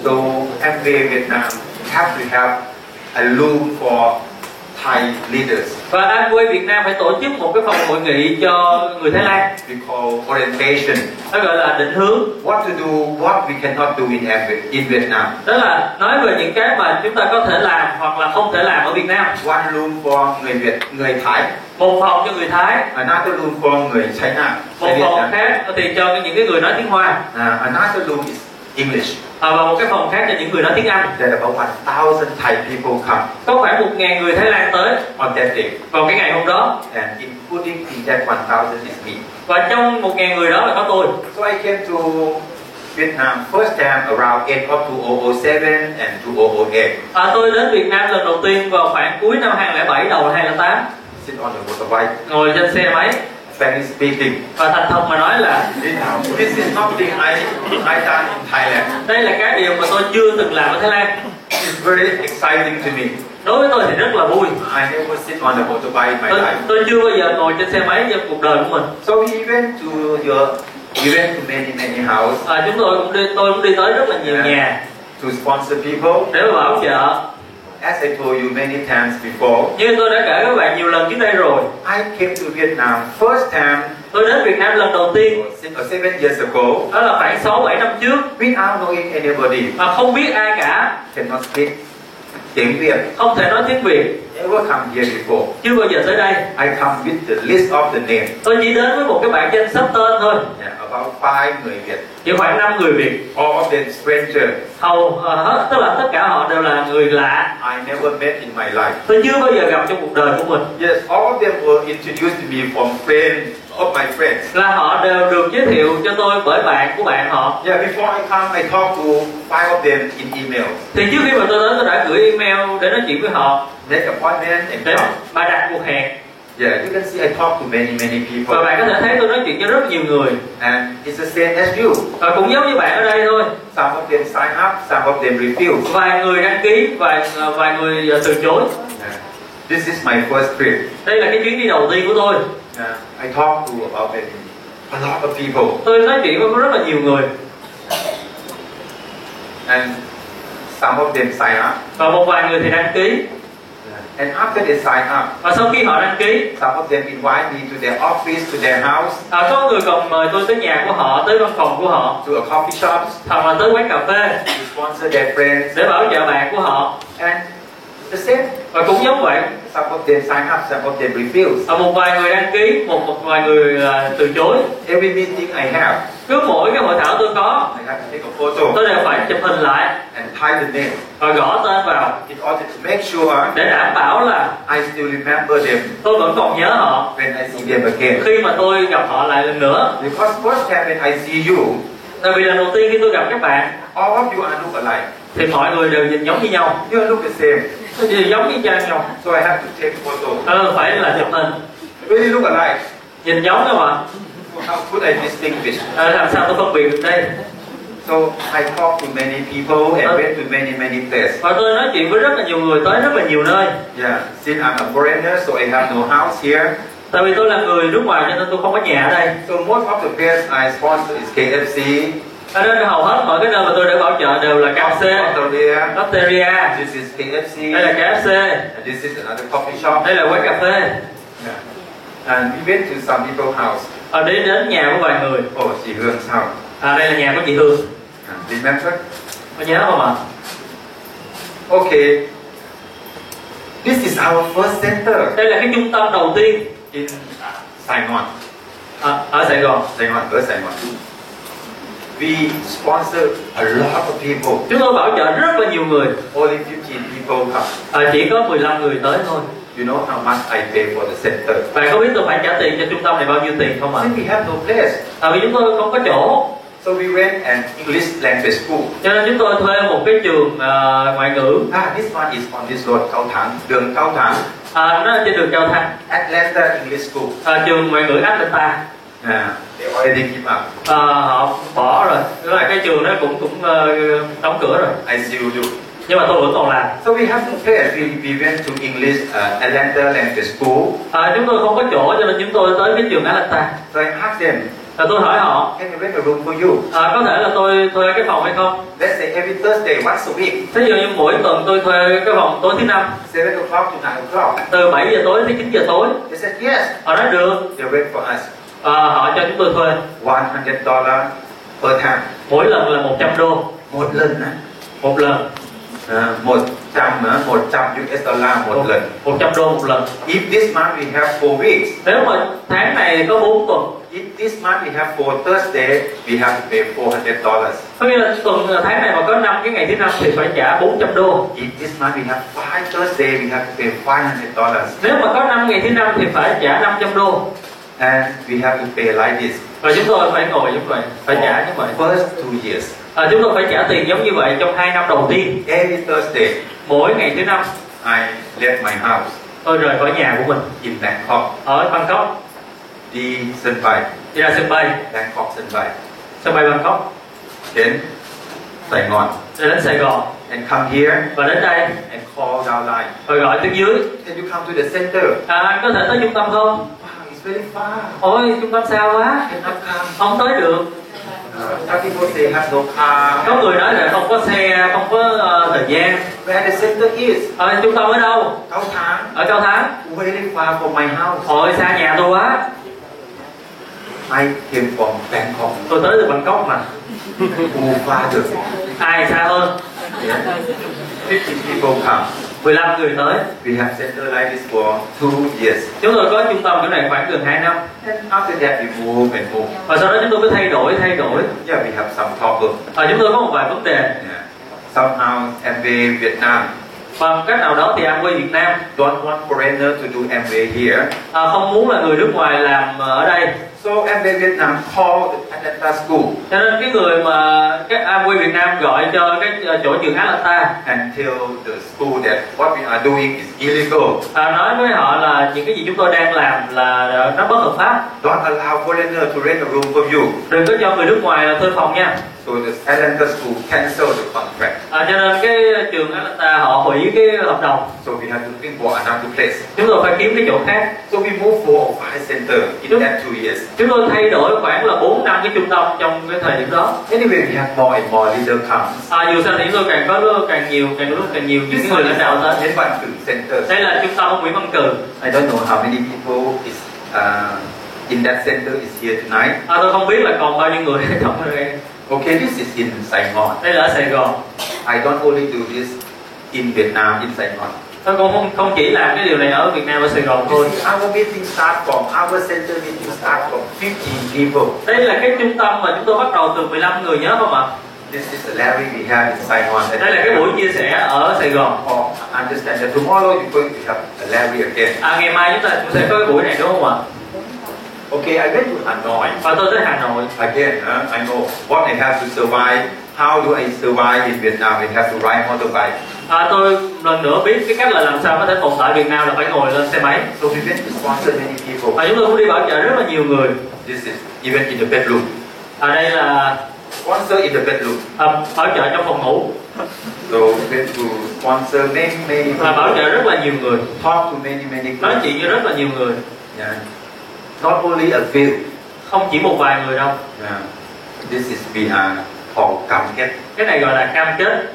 So MBA Vietnam have to have a room for Thai leaders.
và Amway Việt Nam phải tổ chức một cái phòng hội nghị cho người Thái Lan
We call orientation.
nó gọi là định hướng
What to do, what we cannot do in, MBA, in Vietnam.
đó là nói về những cái mà chúng ta có thể làm hoặc là không thể làm ở Việt Nam
One room for người Việt, người Thái.
một phòng cho người Thái
Another room for người China.
một
người Việt Nam.
phòng khác thì cho những cái người nói tiếng Hoa
Uh, another room is English.
à, và một cái phòng khác cho những người nói tiếng Anh
There are about 1,000 Thai people come
có khoảng 1.000 người Thái Lan tới
on that day.
vào cái ngày hôm đó
And including in that 1,000 is me.
và trong 1.000 người đó là có tôi
So I came to Vietnam first time around end of 2007 and 2008.
à, tôi đến Việt Nam lần đầu tiên vào khoảng cuối năm 2007 đầu 2008
Sit on the motorbike,
ngồi trên xe máy
Spanish speaking.
và thành thật mà nói là
This this is something I I done in Thailand.
đây là cái điều mà tôi chưa từng làm ở Thái Lan
It's very exciting to me.
đối với tôi thì rất là vui
I never sit on a motorbike in my
tôi,
life.
tôi chưa bao giờ ngồi trên xe máy trong cuộc đời của mình
So we went to your we went to many many house
À, chúng tôi cũng đi, tôi cũng đi tới rất là nhiều
Yeah.
nhà
to sponsor people.
để mà bảo trợ.
As I told you many times before,
Như tôi đã kể các bạn nhiều lần trước đây rồi,
I came to Vietnam first time
tôi đến Việt Nam lần đầu tiên
six or seven years ago
đó là khoảng 6 7 năm trước
without knowing anybody.
mà không biết ai cả,
cannot speak tiếng Việt.
không thể nói tiếng Việt,
Never come here before.
chưa bao giờ tới đây.
I come with the list of the name.
Tôi chỉ đến với một cái bảng danh sách tên thôi,
Yeah, about five người Việt.
chỉ khoảng 5 người Việt.
All of them stranger.
Hầu ờ, hết tức là tất cả họ đều là người lạ,
I never met in my life.
tôi chưa bao giờ gặp trong cuộc đời của mình.
Yes, all of them were introduced to me from friends of my friends.
Là họ đều được giới thiệu cho tôi bởi bạn của bạn họ.
Yeah, before I come, I talk to five of them in email.
Thì trước khi mà tôi đến tôi đã gửi email để nói chuyện với họ
Make appointment and
để
come.
mà đặt cuộc hẹn.
Yeah, you can see I talk to many, many people.
Và bạn có thể thấy tôi nói chuyện cho rất nhiều người
And it's the same as you.
Và cũng giống như bạn ở đây thôi
Some of them sign up, some of them refuse.
Vài người đăng ký, vài, ờ, vài người từ chối
Yeah. This is my first trip.
Đây là cái chuyến đi đầu tiên của tôi
Uh, I talk to about maybe a lot of people,
Tôi nói chuyện với rất là nhiều người
and some of them sign up.
Và một vài người thì đăng ký
And after they sign up,
Và sau khi họ đăng ký
some of them invite me to their office, to their house,
à, Có người còn mời tôi tới nhà của họ, tới văn phòng của họ
to a coffee shop
Hoặc là tới quán cà phê
to sponsor their friends.
để bảo trợ bạn của họ
And the same,
Và cũng giống vậy
some of them sign up, some of them refuse.
à, Một vài người đăng ký, một, một vài người à, từ chối
Every meeting I have,
Cứ mỗi cái hội thảo tôi có
I have to take a photo
Tôi đều phải chụp hình lại
and type the name
và gõ tên vào
in order to make sure
để đảm bảo là
I still remember them
tôi vẫn còn nhớ họ
when I see them again.
khi mà tôi gặp họ lại lần nữa
Because first time when I see you,
tại vì lần đầu tiên khi tôi gặp các bạn
all of you are look alike.
thì mọi người đều nhìn giống như nhau
You look the same.
đều giống như cha nhau
So I have to take photo.
ờ, phải là chụp hình
Really look alike.
nhìn giống đâu mà
So how could I distinguish?
Ờ, làm sao tôi phân biệt được đây
So I talk to many people and went to many many places.
và tôi nói chuyện với rất là nhiều người tới rất là nhiều nơi
Yeah. Since I'm a foreigner, so I have no house here.
tại vì tôi là người nước ngoài cho nên tôi không có nhà ở đây
So most of the places I sponsor is KFC,
cho nên là hầu hết mọi cái nơi mà tôi đã bảo trợ đều là KFC
Cafeteria.
Lotteria
This is
đây
KFC.
là KFC
And this is another coffee shop.
đây là quán cà phê
Yeah. And we went to some people's house.
Ờ, đi đến nhà của vài người
Oh, she Hương house.
à đây là nhà của chị Hương
Yeah. Remember?
có nhớ không ạ
Okay, this is our first center
đây là cái trung tâm đầu tiên
in uh, Saigon,
à, ở Sài Gòn
Saigon, First Saigon. We sponsor a lot of people.
chúng tôi bảo trợ rất là nhiều người
Only 15 people come.
à, chỉ có 15 người tới thôi
You know how much I pay for the center.
bạn có biết tôi phải trả tiền cho trung tâm này bao nhiêu tiền không ạ
Since we have no place,
tại vì chúng tôi không có chỗ
so we went an English language school.
cho nên chúng tôi thuê một cái trường à, ngoại ngữ
Ah, this one is on this road, Cao Thang, đường Cao Thang,
à, nó trên đường Cao Thăng
Atlanta English School.
à, trường ngoại ngữ Atlanta
Ah, they already give up.
à, họ bỏ rồi tức là cái trường đó cũng cũng ờ, đóng cửa rồi
I see you do.
nhưng mà tôi vẫn còn làm
So we have no place. We, we went to English uh, Atlanta language school.
à, chúng tôi không có chỗ cho nên chúng tôi tới cái trường Atlanta
So I asked them,
là tôi hỏi họ
can I rent a room for you?
à, có thể là tôi thuê cái phòng hay không
Let's say every Thursday, once a week,
thí dụ như mỗi tuần tôi thuê cái phòng tối thứ năm
7 o'clock to 9 o'clock.
từ 7 giờ tối tới 9 giờ tối
They said yes.
họ nói được
They wait for us
à, họ cho chúng tôi thuê
$100 per time.
mỗi lần là 100 đô
Một lần á.
một lần
À, một trăm á, một trăm US dollar một lần.
100 đô một lần
If this month we have four weeks,
nếu mà tháng này có 4 tuần
if this month we have four Thursday, we have to pay $400.
có nghĩa là tuần à, tháng này mà có năm cái ngày thứ năm thì phải trả 400 đô
If this month we have five Thursday, we have to pay $500.
nếu mà có năm ngày thứ năm thì phải trả 500 đô
And we have to pay like this
và chúng tôi phải ngồi như vậy phải trả như vậy
first two years.
à, chúng tôi phải trả tiền giống như vậy trong hai năm đầu tiên
Every Thursday,
mỗi ngày thứ năm
I left my house
tôi rời khỏi nhà của mình
in Bangkok,
ở Bangkok
the sân bay,
đi ra Dạ, sân bay
Bangkok sân bay,
sân bay Bangkok
then Saigon,
rồi đến Sài Gòn
and come here
và đến đây
and call downline.
rồi gọi tiếng dưới
Can you come to the center?
à, anh có thể tới trung tâm không
Wow, it's very far.
ôi trung tâm xa quá
Can I come?
không tới được
Uh, some people say have no car.
có người nói là không có xe không có ờ, thời gian
Where the center is?
Ờ, trung tâm ở đâu
Cao Thang.
ở Cao Thắng
Very far from my house.
ôi xa nhà tôi quá
I came from Bangkok.
tôi tới từ Bangkok mà
Who father?
ai xa hơn
Yeah. 50 people come.
15 người tới
We have center like this for two years.
chúng tôi có trung tâm cái này khoảng gần 2 năm
And after that, we move and move.
và sau đó chúng tôi mới thay đổi thay đổi
Yeah, we have some problem.
và chúng tôi có một vài vấn đề
Yeah. Somehow, MBA Vietnam
bằng cách nào đó thì Amway Việt Nam
don't want foreigner to do MBA here.
ờ, không muốn là người nước ngoài làm ờ, ở đây
So MBA Vietnam called the Atlanta school
cho nên cái người mà cái Amway Việt Nam gọi cho cái ờ, chỗ trường Atlanta
and tell the school that what we are doing is illegal.
à, nói với họ là những cái gì chúng tôi đang làm là ờ, nó bất hợp pháp
Don't allow foreigner to rent a room for you.
đừng có cho người nước ngoài là thuê phòng nha
So the Atlanta school canceled the contract.
à, cho nên cái trường Atlanta họ hủy cái hợp đồng
So we have to think for another place.
chúng tôi phải kiếm cái chỗ khác
So we moved four or five center in that two years.
chúng tôi thay đổi khoảng là 4 năm cái trung tâm trong cái thời điểm đó
Anyway, we have more and more leader come.
à, dù sao thì chúng tôi càng có càng nhiều càng lúc càng nhiều những người lãnh đạo tới
Đến bạn thử center.
đây là trung tâm của Nguyễn Văn Cừ
I don't know how many people is uh, in that center is here tonight.
à, tôi không biết là còn bao nhiêu người ở trong đây
Okay, this is in Saigon.
đây là ở Sài Gòn
I don't only do this in Vietnam, in Saigon.
tôi cũng không không chỉ làm cái điều này ở Việt Nam ở Sài Gòn thôi
You see, our meeting start from our center meeting start from 15 people.
đây là cái trung tâm mà chúng tôi bắt đầu từ 15 người nhớ không ạ
This is the Larry we have in Saigon.
đây là cái buổi chia sẻ ở Sài Gòn
Oh, I understand that tomorrow you're going to have a Larry again.
à, ngày mai chúng ta cũng sẽ có cái buổi này đúng không ạ
Okay, I went to Hanoi.
và tôi tới Hà Nội
Again, huh, I know what I have to survive. How do I survive in Vietnam? I have to ride motorbike.
à, tôi lần nữa biết cái cách là làm sao có thể tồn tại Việt Nam là phải ngồi lên xe máy
So we went to sponsor many people.
và chúng tôi cũng đi bảo trợ rất là nhiều người
This is even in the bedroom.
ở đây là
Sponsor in the bedroom.
à, bảo trợ trong phòng ngủ
So we went to sponsor many, many
và bảo
people.
trợ rất là nhiều người
Talk to many, many
nói
people.
chuyện với rất là nhiều người
Yeah. Not only a few.
không chỉ một vài người đâu
Yeah. Vâng. This is we are called cam kết.
cái này gọi là cam kết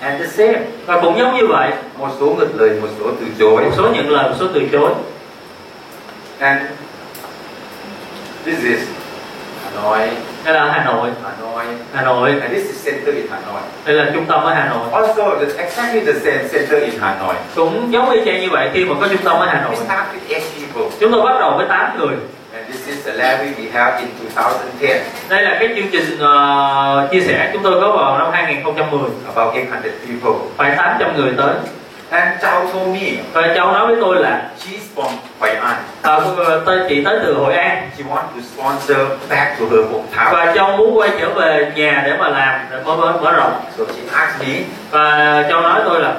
And the same.
và cũng giống như vậy
Một số ngược lời, một số từ chối.
một số nhận lời một số từ chối
And this is Hanoi,
đây là ở Hà Nội
Hanoi.
Hà Nội
And this is center in Hanoi.
đây là trung tâm ở Hà Nội
Also, it's exactly the same center in Hanoi.
cũng giống y chang như vậy khi mà có trung tâm ở Hà
We
Nội
start with eight people,
chúng tôi bắt đầu với 8 người
and this is the levy we have in 2010,
đây là cái chương trình ờ, chia sẻ chúng tôi có vào năm 2010
about 800 people.
khoảng 800 người tới
And Chao told me
và cháu nói với tôi là
she's from Hội An.
à, tôi chị tới từ Hội An
She wants to sponsor back to her hometown.
và cháu muốn quay trở về nhà để mà làm để mở mở, mở rộng
So she asked me,
và cháu nói tôi là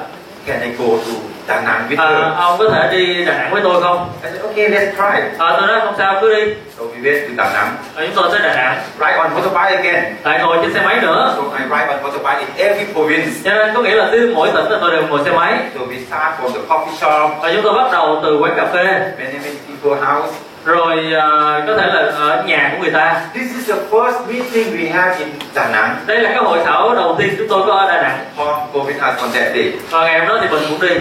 can I go to Da Nang with
à,
her?
ông có thể đi Đà Nẵng với tôi không
I said, okay, let's try.
à, tôi nói không sao cứ đi
So we went to Da Nang,
Rồi chúng tôi tới Đà Nẵng
ride on motorbike again.
lại ngồi trên xe máy nữa
So I ride on motorbike in every province.
cho nên có nghĩa là cứ mỗi tỉnh là tôi đều ngồi xe máy
So we start from the coffee shop,
và chúng tôi bắt đầu từ quán cà phê
many, many people house.
rồi à, có thể là ở nhà của người ta
This is the first meeting we have in Da Nang.
đây là cái hội thảo đầu tiên chúng tôi có ở Đà Nẵng
Tom go with us on that day.
và ngày hôm đó thì mình cũng đi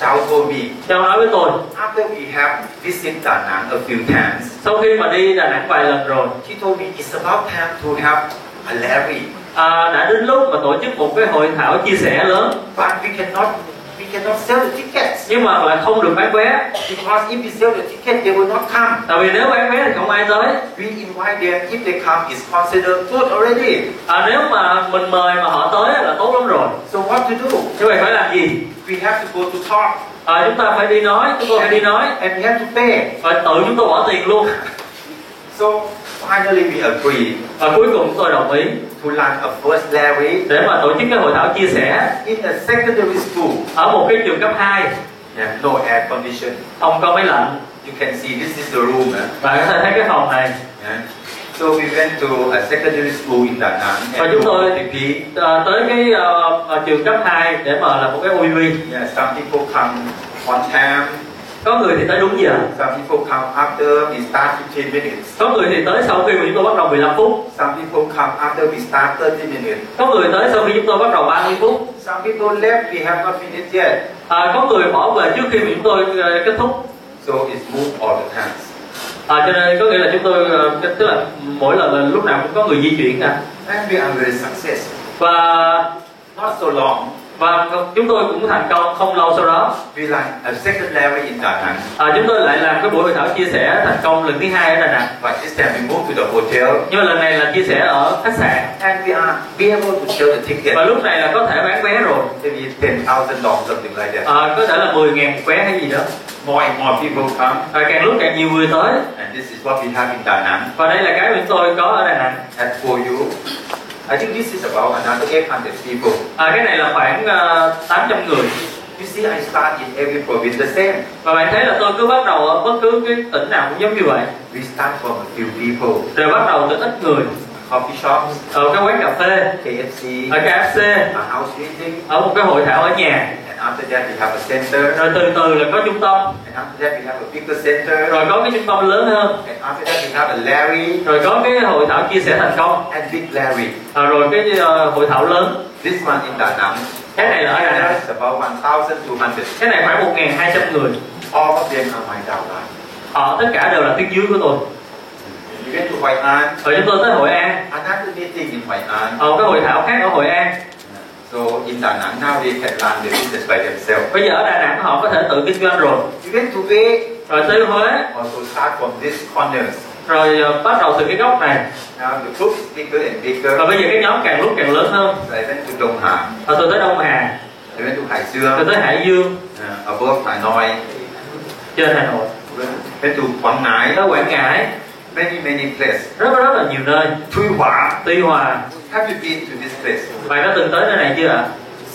Chao told me,
cháu nói với tôi
after we have visited Da Nang a few times,
sau khi mà đi Đà Nẵng vài lần rồi
she told me it's about time to have a Larry.
à, đã đến lúc mà tổ chức một cái hội thảo chia sẻ lớn
But we cannot, we cannot sell the tickets.
nhưng mà lại không được bán vé
Because if we sell the ticket, they will not come.
tại vì nếu bán vé thì không ai tới
We invite them. If they come, it's considered good already.
à, nếu mà mình mời mà họ tới là tốt lắm rồi
So what to do?
như vậy phải làm gì
We have to go to talk.
à, chúng ta phải đi nói chúng tôi phải đi nói
And we have to pay.
và tự chúng tôi bỏ tiền luôn
So finally we agree
và cuối cùng tôi đồng ý
to run a first Larry
để mà tổ chức cái hội thảo chia sẻ
in a secondary school.
ở một cái trường cấp 2
Yeah, no air condition.
không có máy lạnh
You can see this is the room. eh?
bạn có thể thấy cái phòng này
Yeah. So we went to a secondary school in Da Nang
và
and
chúng
do
tôi
OTP.
à, tới cái ờ, ờ, trường cấp 2 để mà làm một cái OBV
Yeah, some people come on time,
có người thì tới đúng giờ
some people come after we start 15 minutes,
có người thì tới sau khi mà chúng tôi bắt đầu 15 phút
some people come after we start 30 minutes,
có người tới sau khi chúng tôi bắt đầu 30 phút
some people left, we have not finished yet.
à, có người bỏ về trước khi mà chúng tôi ờ, kết thúc
So it's moved all the times.
à, cho nên có nghĩa là chúng tôi ờ, tức là mỗi lần là lúc nào cũng có người di chuyển cả
And we are very successful.
và
Not so long,
và chúng tôi cũng thành công không lâu sau đó
we like a second level in Da Nang.
à, chúng tôi lại làm cái buổi hội thảo chia sẻ thành công lần thứ hai ở Đà Nẵng
But this time we moved to the hotel
nhưng mà lần này là chia sẻ ở khách sạn
and we are be able to sell the ticket.
và lúc này là có thể bán vé rồi
Maybe 10,000 dong, something like that.
à, có thể là 10.000 một vé hay gì đó
More and more people come,
à, càng lúc càng nhiều người tới
and this is what we have in Da Nang.
và đây là cái mà chúng tôi có ở Đà Nẵng
As for you, I think this is about another 800 people.
à, cái này là khoảng ờ, 800 người
You see, I start in every province the same.
và bạn thấy là tôi cứ bắt đầu ở bất cứ cái tỉnh nào cũng giống như vậy
We start from a few people,
rồi bắt đầu từ ít người
coffee shops,
ở cái quán cà phê
KFC,
ở KFC
a house meeting,
ở một cái hội thảo ở nhà
and after that we have a center,
rồi từ từ là có trung tâm
and after that we have a bigger center,
rồi có cái trung tâm lớn hơn
and after that we have a Larry
rồi có cái hội thảo chia sẻ thành công
and Big Larry.
à, rồi cái ờ, hội thảo lớn
This one in Da Nang.
cái này là ở Đà Nẵng
It's about 1,200.
cái này khoảng 1.200 người
All of them are my downline.
họ tất cả đều là tiếng dưới của tôi
We went to Hội An,
rồi chúng tôi tới Hội An
another meeting in Hội An.
ở một cái hội thảo khác ở Hội An
So in Da Nang now they can run the business by themselves.
bây giờ ở Đà Nẵng họ có thể tự kinh doanh rồi
We went to Huế,
rồi tới Huế
also start from these corners.
rồi ờ, bắt đầu từ cái góc này
Now the group is bigger and bigger.
và bây giờ cái nhóm càng lúc càng lớn hơn
I went to Đông Hà,
rồi tôi tới Đông Hà
I went to Hải
rồi
Dương,
tới Hải Dương
uh, above Hanoi,
trên Hà Nội
went to Quảng Ngãi,
tới Quảng Ngãi
many many places.
rất rất là nhiều nơi
Tuy Hòa,
Tuy Hòa
have you been to this place?
bạn đã từng tới nơi này chưa ạ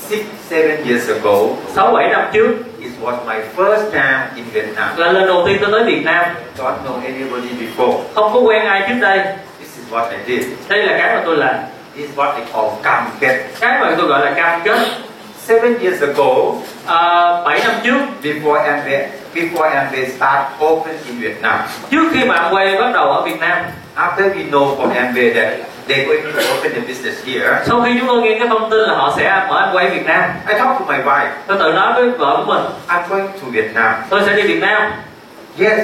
Six, seven years ago,
sáu bảy năm trước
it was my first time in Vietnam.
là lần đầu tiên tôi tới Việt Nam
Don't know anybody before.
không có quen ai trước đây
This is what I did.
đây là cái mà tôi làm
This is what they call cam kết.
cái mà tôi gọi là cam kết
Seven years ago,
à, 7 năm trước
before MBA, before MBA start open in Vietnam.
trước khi mà quay bắt đầu ở Việt Nam
After we know from MBA that they're going to open the business here,
sau khi chúng tôi nghe cái thông tin là họ sẽ mở quay Việt Nam
I talked to my wife.
tôi tự nói với vợ của mình
I'm going to Vietnam.
tôi sẽ đi Việt Nam
Yes,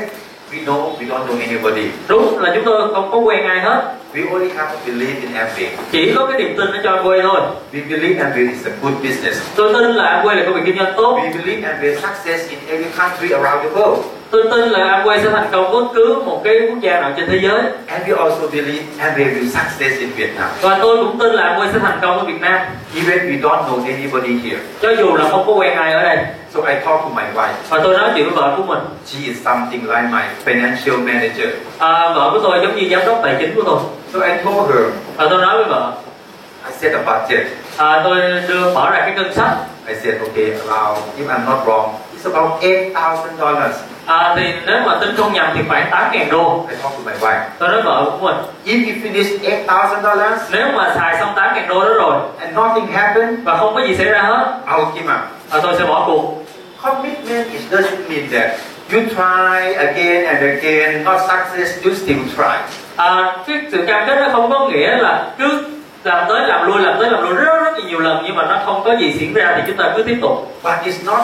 We know we don't know anybody.
đúng là chúng tôi không có quen ai hết
We only have to believe in Amway.
chỉ có cái niềm tin ở cho quê thôi
We believe Amway is a good business.
tôi tin là quê là công việc kinh doanh tốt
We believe Amway success in every country around the world.
tôi tin là Amway sẽ thành công bất cứ một cái quốc gia nào trên thế giới
And we also believe Amway will success in Vietnam.
và tôi cũng tin là Amway sẽ thành công ở Việt Nam
Even we don't know anybody here.
cho dù là không có quen ai ở đây
So I talked to my wife.
và tôi nói chuyện với vợ của mình
She is something like my financial manager.
à, vợ của tôi giống như giám đốc tài chính của tôi
So I told her,
và tôi nói với vợ
I set a budget.
à, tôi đưa mở ra cái ngân sách
I said, okay, allow, if I'm not wrong, it's about $8,000.
à, thì nếu mà tính không nhầm thì khoảng 8.000 đô
I talked to my wife.
tôi nói vợ của mình
If you finish $8,000
nếu mà xài xong 8.000 đô đó rồi
and nothing happened,
và không có gì xảy ra hết
I'll give up.
à, tôi sẽ bỏ cuộc
Commitment is doesn't mean that you try again and again, not success, you still try.
à, cái sự cam kết nó không có nghĩa là cứ làm tới làm lui làm tới làm lui rất rất là nhiều lần nhưng mà nó không có gì diễn ra thì chúng ta cứ tiếp tục
But it's not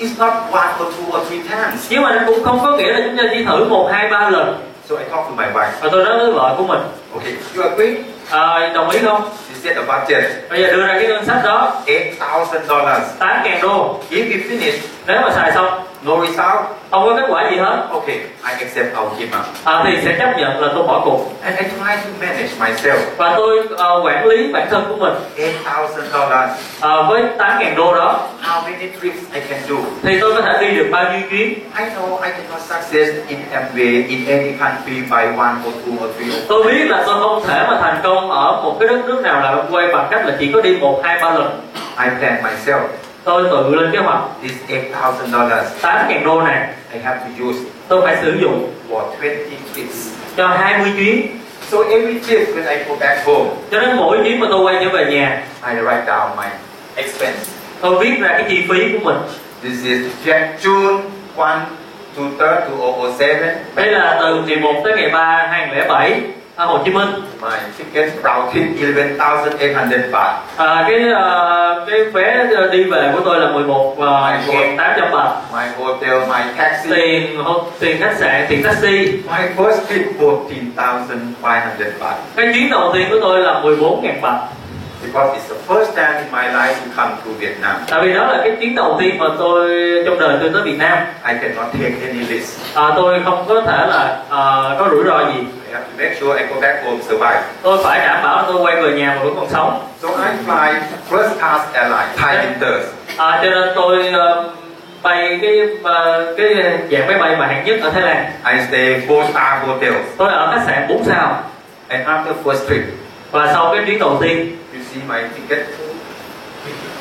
it's not one or two or three times.
nhưng mà nó cũng không có nghĩa là chúng ta chỉ thử một hai ba lần
So I talked to my wife.
và tôi nói với vợ của mình
Okay, you agree?
à, đồng ý không
She said a budget,
bây giờ đưa ra cái ngân sách đó
eight thousand dollars.
8.000 đô
If you finish,
nếu mà xài xong
no result,
không có kết quả gì hết
okay, I accept I'll give up.
à, thì sẽ chấp nhận là tôi bỏ cuộc
And I try to manage myself.
và tôi ờ, quản lý bản thân của mình
Eight thousand dollars.
ờ, với 8.000 đô đó
How many trips I can do?
thì tôi có thể đi được bao nhiêu chuyến
I know I cannot success in Amway in any country by one or two or three or
tôi biết là tôi không thể mà thành công ở một cái đất nước nào là quay bằng cách là chỉ có đi một hai ba lần
I plan myself.
tôi tự lên kế hoạch
This eight thousand dollars
8.000 đô này
I have to use
tôi phải sử dụng
for twenty trips.
cho 20 chuyến
So every trip when I go back home,
cho đến mỗi chuyến mà tôi quay trở về nhà
I write down my expense.
tôi viết ra cái chi phí của mình
This is Jan- June one to third to 007.
đây là từ ngày 1 tới ngày 3 2007 ở à, Hồ Chí Minh
My ticket routing eleven thousand eight hundred baht.
à, cái ờ, cái vé đi về của tôi là ờ, 11 và 800 bạc
My hotel, my taxi.
tiền hô- tiền khách sạn tiền taxi
My first trip fourteen thousand five hundred baht.
cái chuyến đầu tiên của tôi là 14.000 bạc
Because it's the first time in my life to come to Vietnam.
tại vì đó là cái chuyến đầu tiên mà tôi trong đời tôi tới Việt Nam
I cannot take any risk.
à, tôi không có thể là à, có rủi ro gì
I have to make sure I go back home survive.
tôi phải đảm bảo là tôi quay về nhà mà vẫn còn sống
So I fly first class airline, Thai Winters.
à, cho nên tôi ờ, bay cái ờ, cái dạng máy bay mà hạng nhất ở Thái Lan
I stay four star hotels.
tôi ở khách sạn 4 sao
And after first trip,
và sau cái chuyến đầu tiên
you see my ticket.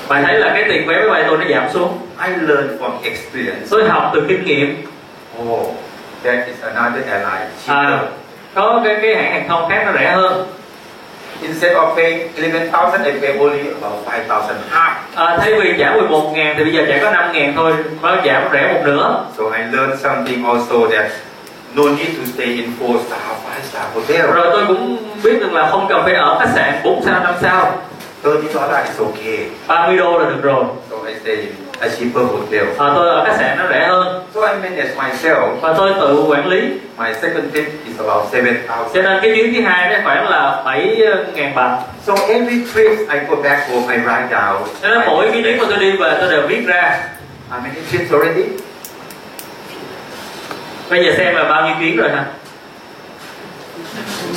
bạn thấy là cái tiền vé máy bay tôi nó giảm xuống
I learn from experience.
tôi học từ kinh nghiệm
Oh, that is another airline
à,
cheaper.
có cái cái hãng hàng không khác nó rẻ hơn
Instead of paying eleven thousand, I pay only about five thousand half.
À, thay vì trả 11 ngàn thì bây giờ trả có 5 ngàn thôi Nó giảm rẻ một nửa
So I learned something also that no need to stay in four star, five star hotel.
Rồi tôi cũng biết được là không cần phải ở khách sạn 4 sao 5 sao
Thirty dollars is okay.
30 đô là được rồi
So I stay in a cheaper hotel.
à, Tôi ở khách sạn nó rẻ hơn
So I manage myself.
Và tôi tự quản lý
My second trip is about seven thousand.
Cho nên cái chuyến thứ hai đó khoảng là 7 ngàn bạc
So every trip I go back home, I write down.
Cho nên mỗi cái chuyến mà tôi đi về tôi đều viết ra
How many trips already?
Bây giờ xem là bao nhiêu chuyến rồi hả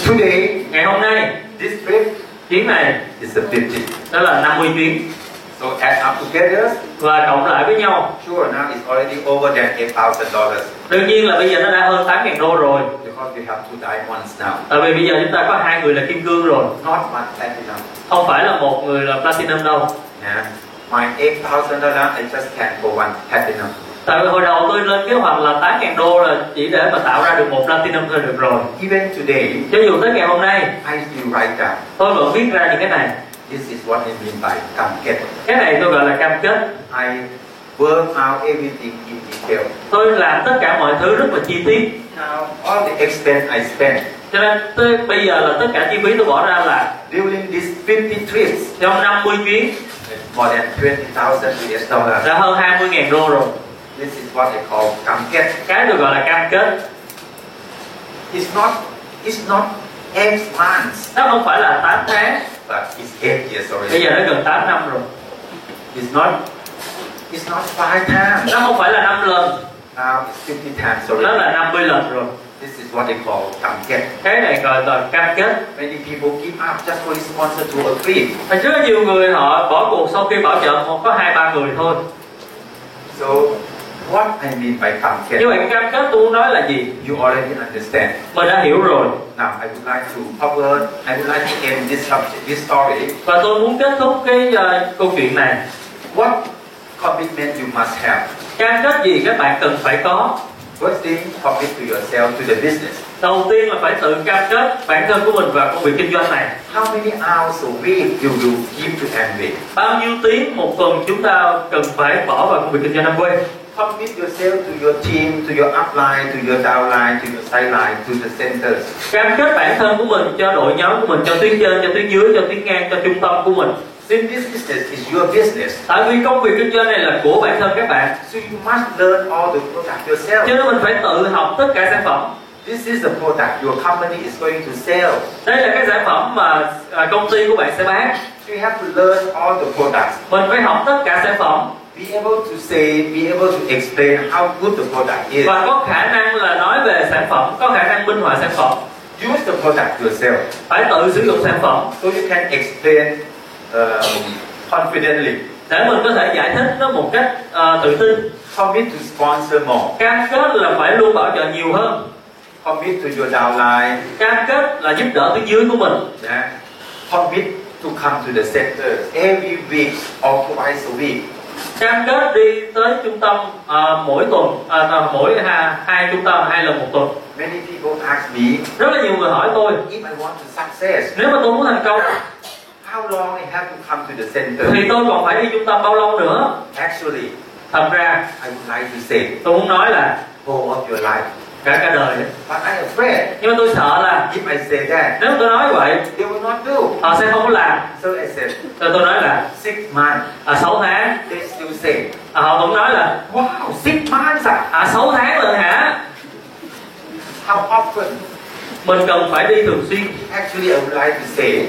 Today,
Ngày hôm nay
this trip
chuyến này
is the 50.
đó là 50 chuyến
So add up together,
Và cộng lại với nhau
sure now it's already over than $8,000
Đương nhiên là bây giờ nó đã hơn 8 ngàn đô rồi
because we have two diamonds now.
Tại vì bây giờ chúng ta có hai người là kim cương rồi
Not one platinum.
không phải là một người là platinum đâu
Yeah. My $8,000, I just can't go one platinum.
tại vì hồi đầu tôi lên kế hoạch là 8 000 đô là chỉ để mà tạo ra được một platinum thôi được rồi
Even today,
cho dù tới ngày hôm nay
I still write down.
tôi vẫn viết ra những cái này
This is what I mean by come get.
cái này tôi gọi là cam kết
I work out everything in detail.
tôi làm tất cả mọi thứ rất là chi tiết
Now, all the expense I spend
cho nên tới bây giờ là tất cả chi phí tôi bỏ ra là
during these 50 trips
trong 50 chuyến
It's more than 20,000 US dollars.
đã hơn 20 000 đô rồi
This is what I call come get.
cái tôi gọi là cam kết
It's not, it's not eight months,
nó không phải là 8 tháng
but it's eight years
bây
already.
giờ nó gần 8 năm rồi
It's not, it's not five times.
nó không phải là 5 lần
Now it's 50 times
nó là
already.
50 lần rồi
This is what they call tamket.
cái này gọi là cam kết
Many people give up just for this sponsor to agree.
Thật rất là nhiều người họ bỏ cuộc sau khi bảo trợ một có hai ba người thôi
So what I mean by
như vậy
tamket,
cái cam kết tôi muốn nói là gì
you already understand.
mình đã hiểu rồi
Now I would like to cover, I would like to end this subject, this story.
và tôi muốn kết thúc cái ờ, câu chuyện này
What commitment you must have?
cam kết gì các bạn cần phải có
First thing, commit to yourself to the business.
đầu tiên là phải tự cam kết bản thân của mình và công việc kinh doanh này
How many hours a week you will give to Amway?
bao nhiêu tiếng một tuần chúng ta cần phải bỏ vào công việc kinh doanh năm quê
Commit yourself to your team, to your upline, to your downline, to your sideline, to the centers.
cam kết bản thân của mình cho đội nhóm của mình cho tuyến trên cho tuyến dưới cho tuyến ngang cho trung tâm của mình
Since this business is your business,
tại vì công việc kinh doanh này là của bản thân các bạn
so you must learn all the product
cho
yourself.
nên mình phải tự học tất cả sản phẩm
This is the product your company is going to sell.
đây là cái sản phẩm mà à, công ty của bạn sẽ bán
So you have to learn all the products.
mình phải học tất cả sản phẩm
Be able to say, be able to explain how good the product is.
và có khả năng là nói về sản phẩm có khả năng minh họa sản phẩm
Use the product yourself
phải tự sử dụng sản phẩm
so you can explain um, confidently.
để mình có thể giải thích nó một cách à, tự tin
Commit to sponsor more.
cam kết là phải luôn bảo trợ nhiều hơn
Commit to your downline.
cam kết là giúp đỡ tuyến dưới của mình
Yeah. Commit to come to the center every week or twice a week.
cam kết đi tới trung tâm à, mỗi tuần à, à, mỗi ha, hai trung tâm hai lần một tuần
Many people ask me
rất là nhiều người hỏi tôi
if I want to success,
nếu mà tôi muốn thành công
how long I have to come to the
thì
center.
tôi còn phải đi trung tâm bao lâu nữa
Actually,
thật ra
I would like to say
tôi muốn nói là
whole of your life,
cả cả đời đấy.
but I am afraid
nhưng mà tôi sợ là
if I say that
nếu tôi nói vậy
they will not do.
họ sẽ không có làm
So I said
rồi tôi nói là
six months.
à, 6 tháng
They still say,
à, họ cũng nói là
wow, six months. ah."
à 6 tháng rồi hả
How often?
mình cần phải đi thường xuyên
Actually, I would like to say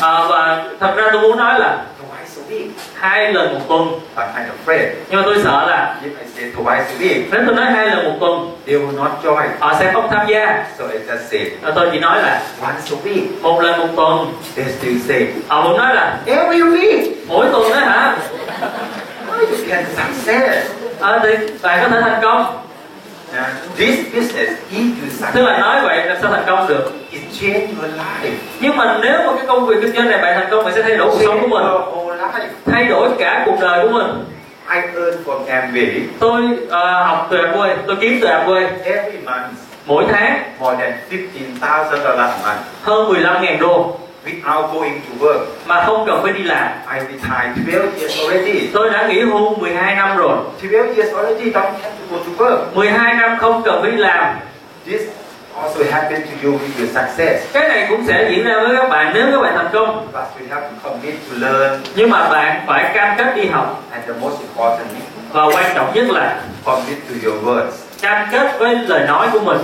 à, và thật ra tôi muốn nói là
twice a week,
hai lần một tuần
but I'm afraid
nhưng mà tôi sợ là
if I say twice a week,
nếu tôi nói hai lần một tuần
they will not join.
họ sẽ không tham gia
So I just say
Rồi tôi chỉ nói là
once a week.
một lần một tuần
They still say
họ cũng nói là
every week.
mỗi tuần đó hả
How you can success?
à, thì bạn có thể thành công
And this business, if you
tức là
success,
nói vậy làm sao thành công được
it change your life,
nhưng mà nếu mà cái công việc kinh doanh này bạn thành công bạn sẽ thay đổi cuộc
change
sống của mình
your whole life.
thay đổi cả cuộc đời của mình
I earn from Amway
tôi ờ, học từ Amway tôi kiếm từ Amway
every month
mỗi tháng
more than fifteen thousand dollars a month
hơn 15.000 đô
without going to work.
mà không cần phải đi làm
I retired twelve years already.
tôi đã nghỉ hưu 12 năm rồi
12 years already don't have to go to work.
12 năm không cần phải đi làm
This also happened to you with your success.
cái này cũng sẽ diễn ra với các bạn nếu các bạn thành công
But you have to commit to learn
nhưng mà bạn phải cam kết đi học
and the most important thing,
và quan trọng nhất là
commit to your words.
cam kết với lời nói của mình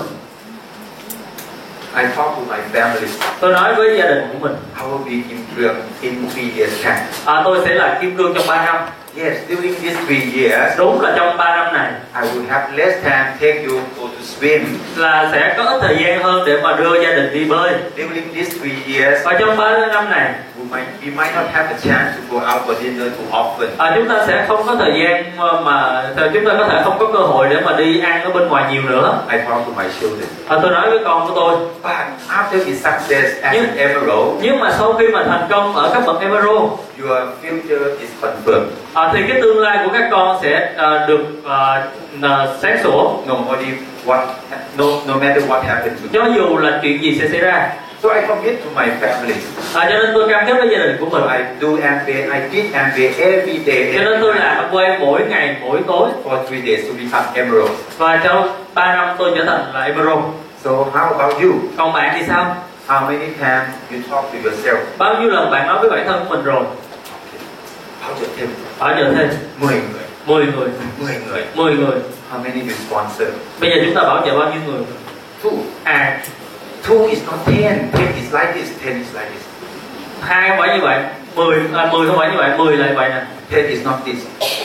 I talk to my family.
tôi nói với gia đình của mình
I will be in Korea in three years time.
à, tôi sẽ là kim cương trong 3 năm
Yes, during these three years,
đúng là trong 3 năm này
I will have less time take you go to swim.
là sẽ có ít thời gian hơn để mà đưa gia đình đi bơi
During these three years,
và trong 3 năm này
we might, we might not have a chance to go out for dinner too often.
À, chúng ta sẽ không có thời gian ờ, mà, mà chúng ta có thể không có cơ hội để mà đi ăn ở bên ngoài nhiều nữa.
I talk to my children.
À, tôi nói với con của tôi,
But after the success at
Yeah.
Emerald,
nhưng mà sau khi mà thành công ở các bậc Emerald,
Your future is confirmed.
à, thì cái tương lai của các con sẽ à, được à, à, sáng sủa,
No matter what, no, no matter what happens. to you.
cho dù là chuyện gì sẽ xảy ra.
So I commit to my family.
À, cho nên tôi cam kết với gia đình của
So
mình.
I do MBA. I did MBA every day
Cho nên
every
tôi
night,
làm quay mỗi ngày, mỗi tối
for three days to become emerald.
và trong 3 năm tôi trở thành là Emerald.
So how about you?
Còn bạn thì sao?
How many times you talk to yourself?
Bao nhiêu lần bạn nói với bản thân của mình rồi?
How to tell
Ở giờ thêm
mười người,
10 người,
mười người.
10 người.
How many you sponsor?
Bây giờ chúng ta bảo vệ bao nhiêu người?
Two.
À,
Two is not ten. Ten is like this. Ten is like this.
hai không phải như vậy mười à, mười không phải như vậy mười là như vậy nè
Ten is not this.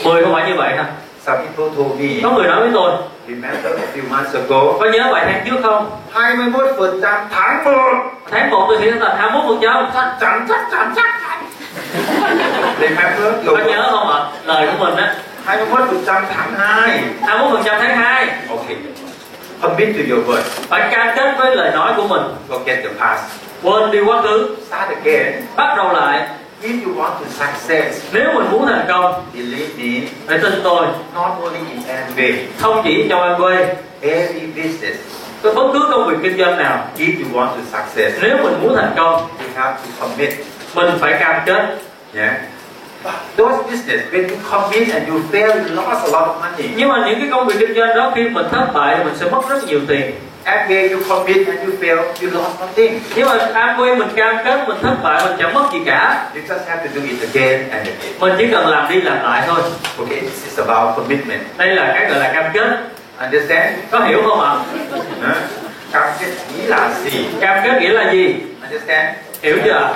mười không phải như vậy nè
Some people told me.
có người nói với tôi
Remember a few months ago.
có nhớ vài tháng trước không
21 tháng 1.
tháng một tôi nghĩ là 21 phần trăm
Chắc chắn, chắc chắn, chắc chắn. Remember
có
your
nhớ không ạ lời của mình á
21 tháng 2.
21 phần trăm tháng 2
Okay. Commit to your word.
phải cam kết với lời nói của mình
Forget the past.
quên đi quá khứ
Start again.
bắt đầu lại
If you want to success,
nếu mình muốn thành công
believe me,
phải tin tôi
not only in Amway,
không chỉ trong em quê
every business,
có bất cứ công việc kinh doanh nào
if you want to success,
nếu mình muốn thành công
you have to commit.
mình phải cam kết
Yeah. But those business, when you commit and you fail, you lost a lot of money.
nhưng mà những cái công việc kinh doanh đó khi mình thất bại thì mình sẽ mất rất nhiều tiền
Amway, you commit and you fail, you lost nothing.
nhưng mà Amway mình cam kết mình thất bại mình chẳng mất gì cả
You just have to do it again and again.
mình chỉ cần làm đi làm lại thôi
Okay, this is about commitment.
đây là cái gọi là cam kết
Understand?
có hiểu không ạ
Huh? Cam kết nghĩa là gì?
cam kết nghĩa là gì
Understand?
hiểu chưa ạ?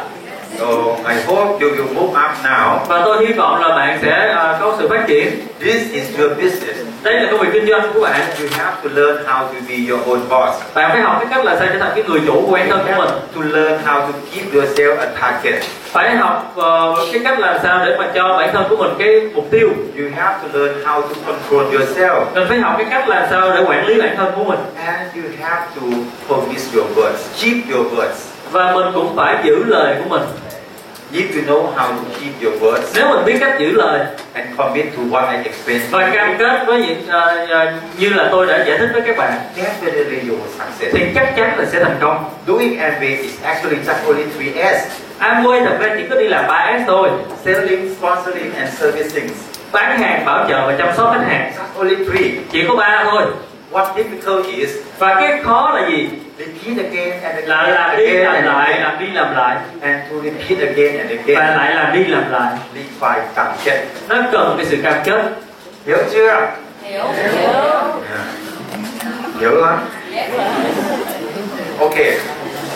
So I hope you will move up now.
và tôi hy vọng là bạn sẽ à, có sự phát triển
This is your business.
đây là công việc kinh doanh của bạn
You have to learn how to be your own boss.
bạn phải học cái cách là sao trở thành cái người chủ của bản thân của mình
To learn how to give yourself a target.
phải học ờ, cái cách làm sao để mà cho bản thân của mình cái mục tiêu
You have to learn how to control yourself.
mình phải học cái cách làm sao để quản lý bản thân của mình
And you have to promise your words. Keep your words.
và mình cũng phải giữ lời của mình
If you know how to keep your words
nếu mình biết cách giữ lời
and commit to what I explained,
và cam kết với những ờ, ờ, như là tôi đã giải thích với các bạn
definitely you will succeed.
thì chắc chắn là sẽ thành công
Doing MBA is actually just only three S.
Amway thật ra chỉ có đi làm 3S thôi
Selling, sponsoring, and servicing.
bán hàng bảo trợ và chăm sóc khách hàng
Just only three.
chỉ có ba thôi
What difficult is
và cái khó là gì
repeat again and again,
là làm đi
again
làm
and
lại
again,
làm đi làm lại
and to repeat again and
và
again.
lại làm đi làm lại
Lý phải cam kết.
nó cần cái sự cam kết
Hiểu chưa?
Hiểu. Hiểu.
Hiểu lắm. Okay,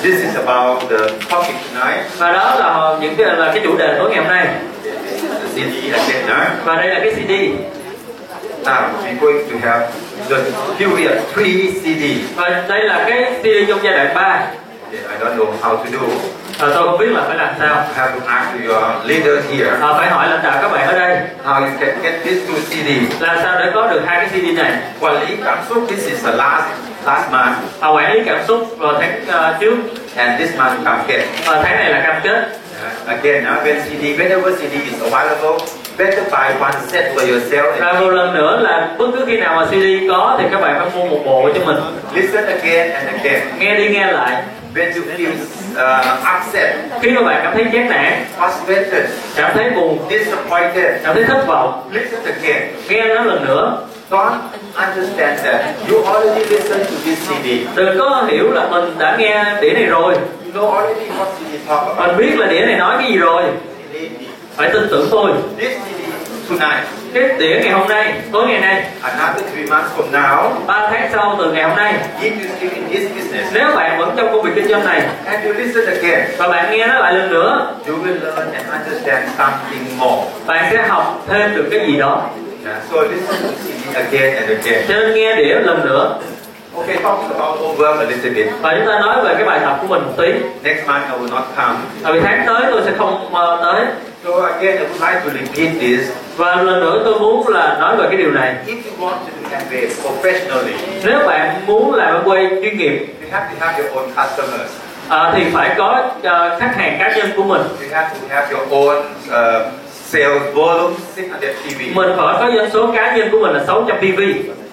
this is about the topic tonight.
và đó là những cái là cái chủ đề của ngày hôm nay
The CD agenda.
và đây là cái CD
Now we're going to have the period three CD.
và đây là cái CD trong giai đoạn 3
Okay, I don't know how to do.
và tôi không biết là phải làm sao
I have to ask your leader here
à, phải hỏi lãnh đạo các bạn ở đây
how you can get these two CD.
làm sao để có được hai cái CD này
Quản lý cảm xúc. This is the last last month.
à, quản lý cảm xúc vào tháng ờ, trước
And this month cam kết.
và tháng này là cam kết
Uh, again, uh, when CD, whenever CD is available, better buy one set for yourself and
và một lần nữa là bất cứ khi nào mà CD có thì các bạn phải mua một bộ cho mình
listen again and again.
nghe đi nghe lại
When you feel uh, upset,
khi mà bạn cảm thấy chán nản
frustrated,
cảm thấy buồn
disappointed,
cảm thấy thất vọng
listen again.
nghe nó lần nữa
Don't understand that you already listened to this CD.
đừng có hiểu là mình đã nghe đĩa này rồi
You know already what CD talk about.
mình biết là đĩa này nói cái gì rồi
Believe me.
phải tin tưởng tôi
This CD tonight,
cái đĩa ngày hôm nay tối ngày nay
another three months from now,
3 tháng sau từ ngày hôm nay
if you still in this business
nếu bạn vẫn trong công việc kinh doanh này
and you listen again,
và bạn nghe nó lại lần nữa
you will learn and understand something more.
bạn sẽ học thêm được cái gì đó
Yeah, so listen to CD again and again.
cho nên nghe đĩa lần nữa
Okay, talking about homework a little bit.
và chúng ta nói về cái bài tập của mình một tí
Next month I will not come.
tại vì tháng tới tôi sẽ không ờ, tới
So again, I would like to repeat this.
và lần nữa tôi muốn là nói về cái điều này
If you want to do MBA professionally,
nếu bạn muốn làm em quay chuyên nghiệp
you have to have your own customers.
ờ, thì phải có ờ, khách hàng cá nhân của mình
You have to have your own uh, sales volume, 600 PV.
mình phải có doanh số cá nhân của mình là 600 PV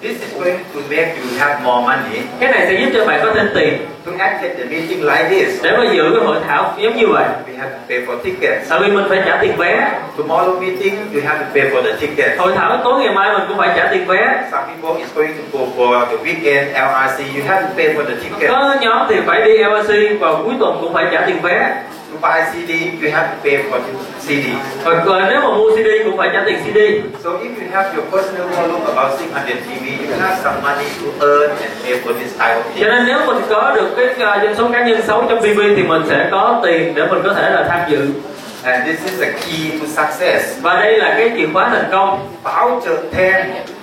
This is going to make you have more money.
cái này sẽ giúp cho bạn có thêm tiền
To attend the meeting like this,
để mà giữ cái hội thảo giống như vậy
we have to pay for tickets.
tại vì mình phải trả tiền vé
Tomorrow meeting, you have to pay for the ticket.
hội thảo tối ngày mai mình cũng phải trả tiền vé
Some people is going to go for the weekend LRC. You have to pay for the ticket.
có nhóm thì phải đi LRC và cuối tuần cũng phải trả tiền vé
To buy CD, you have to pay for the CD.
và còn nếu mà mua CD cũng phải trả tiền CD
So if you have your personal volume about 600 TV, you have some money to earn and pay for this type of
cho
thing.
nên nếu mình có được cái à, dân số cá nhân 6.vv thì mình sẽ có tiền để mình có thể là tham dự
And this is the key to success.
và đây là cái chìa khóa thành công
Voucher 10.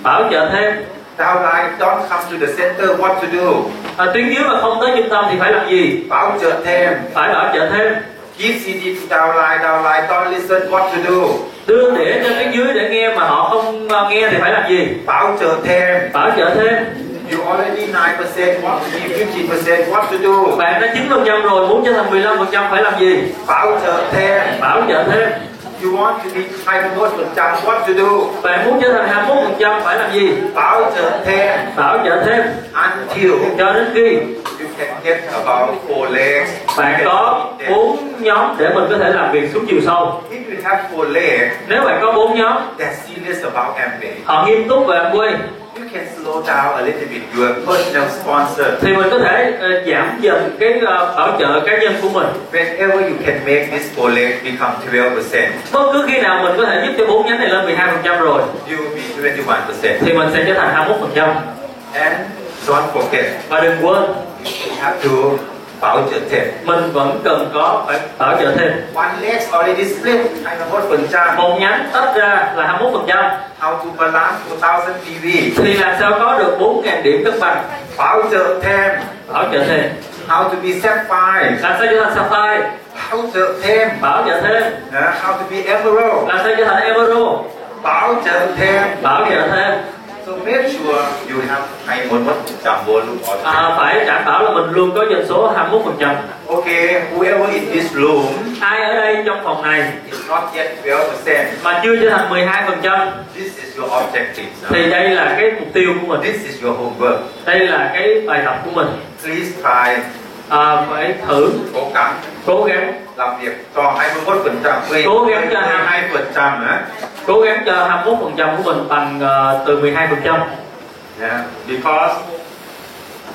bảo trợ thêm
Downline, don't come to the center. What to do?
à, tuyến dưới mà không tới trung tâm thì phải làm gì
Voucher 10.
phải bảo trợ thêm
Give CD to downline. Downline, don't listen. What to do?
đưa đĩa cho tuyến dưới để nghe mà họ không à, nghe thì phải làm gì
Voucher 10.
bảo trợ thêm
You already 9%. What to give? 15%. What to do?
bạn đã 9% rồi muốn trở thành 15% phải làm gì
Voucher 10.
bảo trợ thêm
You want to be 21%. What to do?
bạn muốn trở thành 21% phải làm gì
Voucher 10.
bảo trợ thêm
Until
cho đến khi
you can get about four legs.
bạn có bốn nhóm để mình có thể làm việc xuống chiều sâu
If you have four legs,
nếu bạn có bốn nhóm
they're serious about Amway.
họ nghiêm túc về Amway
You can slow down a little bit your personal sponsor.
thì mình có thể ờ, giảm dần cái ờ, bảo trợ cá nhân của mình
Whenever you can make this four legs become 12%,
bất cứ khi nào mình có thể giúp cho bốn nhánh này lên 12% rồi
you will be 21%.
thì mình sẽ trở thành 21%
And don't forget,
và đừng quên
you have to voucher them.
mình vẫn cần có phải bảo trợ thêm
One leg's already split, 21%.
một nhánh tách ra là 21%
How to balance 4,000 PV?
thì làm sao có được 4.000 điểm cân bằng
Voucher them.
bảo trợ thêm
How to be sapphire?
làm sao trở thành sapphire
Voucher them.
bảo trợ thêm
Uh, how to be emerald?
làm sao trở thành emerald
Voucher them.
bảo trợ thêm
So make sure you have 21% volume or
à, phải đảm bảo là mình luôn có dân số 21%
Okay, whoever in this room
ai ở đây trong phòng này
is not yet 12%,
mà chưa trở thành 12%
this is your objective. sir.
thì đây là cái mục tiêu của mình
This is your homework.
đây là cái bài tập của mình
Please try,
à, phải thử
cố gắng
cố gắng
làm việc cho 21%. Wait,
Cố gắng cho
22% hả?
cố gắng cho 21% của mình bằng ờ, từ 12%
Yeah. Because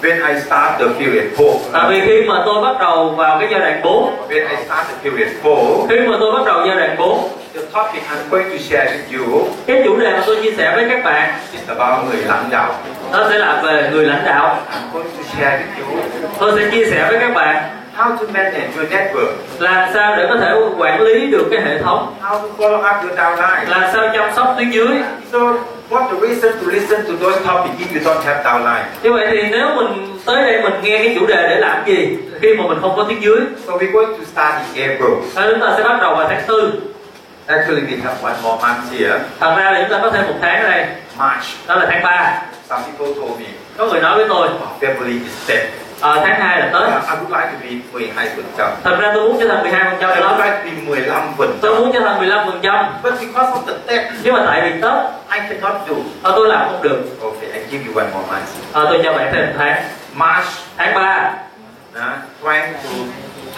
when I start the period 4,
tại vì khi mà tôi bắt đầu vào cái giai đoạn 4
when I start the period 4,
khi mà tôi bắt đầu giai đoạn 4
the topic I'm going to share with you
cái chủ đề mà tôi chia sẻ với các bạn
is about người lãnh đạo.
nó sẽ là về người lãnh đạo
I'm going to share with you
tôi sẽ chia sẻ với các bạn
how to manage your network.
làm sao để có thể quản lý được cái hệ thống
how to follow up your downline.
làm sao chăm sóc tuyến dưới
So, what the reason to listen to those topics if you don't have downline?
như vậy thì nếu mình tới đây mình nghe cái chủ đề để làm gì khi mà mình không có tuyến dưới
So we're going to start in April.
à, chúng ta sẽ bắt đầu vào tháng tư
Actually, we have one more month here,
thật ra là chúng ta có thêm một tháng ở đây
March.
đó là tháng 3
Some people told me
có người nói với tôi
oh, February is dead.
ờ, tháng 2 là
Uh,
tết
I would like to be 12 phần trăm.
thật ra tôi muốn trở thành 12 phần
I
trăm
would
đó
like to be 15 phần
tôi
trăm.
muốn trở thành 15 phần trăm
But because of the debt,
nhưng mà tại vì tết
I cannot do.
ờ, tôi làm không được
Okay, I give you one more month.
Ờ, tôi cho bạn thêm một tháng
March,
tháng 3
uh, trying to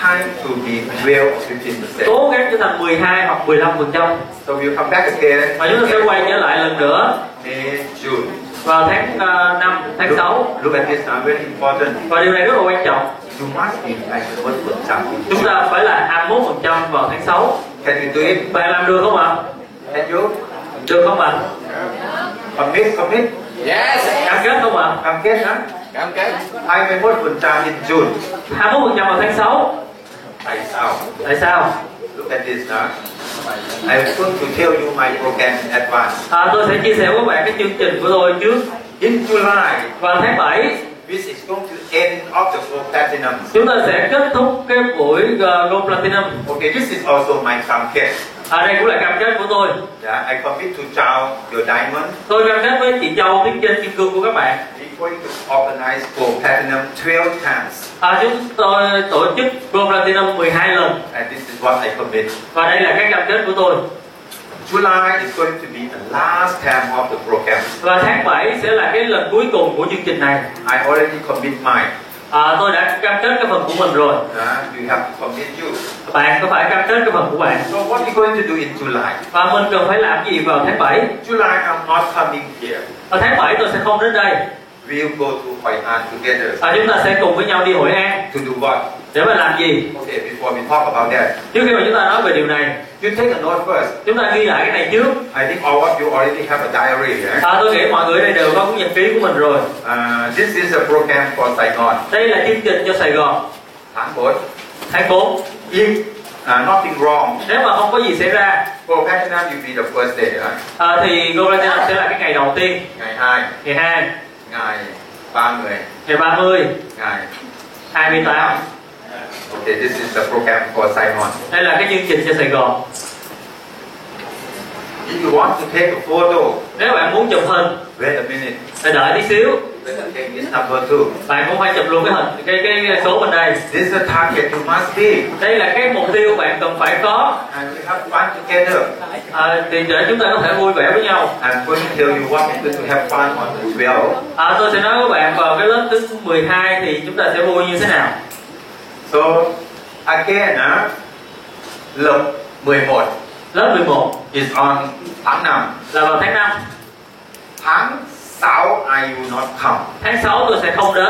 time to be 12 or 15 percent.
cố gắng trở thành 12 hoặc 15 phần trăm
So we'll come back again.
và chúng ta sẽ quay trở lại lần nữa
May, June.
vào tháng 5 tháng 6
Look at this now, very important.
và điều này rất là quan trọng
You must be like what would
chúng
happen.
ta phải là 21% vào tháng 6
Can you do it?
bạn làm được không ạ
Can you?
được không ạ
Commit, commit. ah.
Yes,
cam kết không ạ
Cam kết hả?
cam kết.
21% in June.
21% vào tháng 6
Tại sao?
tại sao
Look at this now. I'm going to tell you my program in advance.
à, tôi sẽ chia sẻ với bạn cái chương trình của tôi trước
In July,
vào tháng 7
which is going to end of the four platinums.
chúng ta sẽ kết thúc cái buổi ờ, Gold Platinum
Okay, this is also my cam kết.
à, đây cũng là cam kết của tôi
Yeah, I commit to Chao, your diamond.
tôi cam kết với chị Châu tiếng trên kim cương của các bạn
We're going to organize for platinum 12 times.
à, chúng tôi tổ chức Gold Platinum 12 lần
And this is what I commit.
và đây là cái cam kết của tôi
July is going to be the last time of the program.
và tháng 7 sẽ là cái lần cuối cùng của chương trình này
I already commit mine.
à, tôi đã cam kết cái phần của mình rồi
Uh, you have to commit you.
bạn có phải cam kết cái phần của bạn
So what are you going to do in July?
và mình cần phải làm gì vào tháng 7
July I'm not coming here.
ở tháng 7 tôi sẽ không đến đây
We'll go to Hoi An together
à, chúng ta sẽ cùng với nhau đi Hội An
to do what?
để để mà làm gì
Okay, before we talk about that,
trước khi mà chúng ta nói về điều này
you take a note first.
chúng ta ghi lại cái này trước
I think all of you already have a diary. eh?
à, tôi nghĩ mọi người ở đây đều có cuốn nhật ký của mình rồi
Uh, this is a program for Saigon.
đây là chương trình cho Sài Gòn
Tháng bốn.
tháng 4
If uh, nothing wrong,
nếu mà không có gì xảy ra
go Vietnam, you be the first day. eh?
à, thì Golden sẽ là cái ngày đầu tiên
Ngày 2,
ngày 2
ngày 30,
ngày 30
ngày
28
Okay, this is the program for Saigon.
đây là cái chương trình cho Sài Gòn
If you want to take a photo,
nếu bạn muốn chụp hình
wait a minute.
thì đợi tí xíu
Let's take this number two.
bạn cũng phải chụp luôn cái hình cái cái, cái số bên đây
This is the target you must be.
đây là cái mục tiêu bạn cần phải có
And we have fun together.
à, thì để chúng ta có thể vui vẻ với nhau
I'm going to tell you what we're going to have fun on the 12.
à, tôi sẽ nói với bạn vào cái lớp thứ 12 thì chúng ta sẽ vui như thế nào
So, again, uh, lớp 11
lớp 11
is on tháng 5.
là vào tháng 5
Tháng 6, I will not come.
tháng 6 tôi sẽ không đến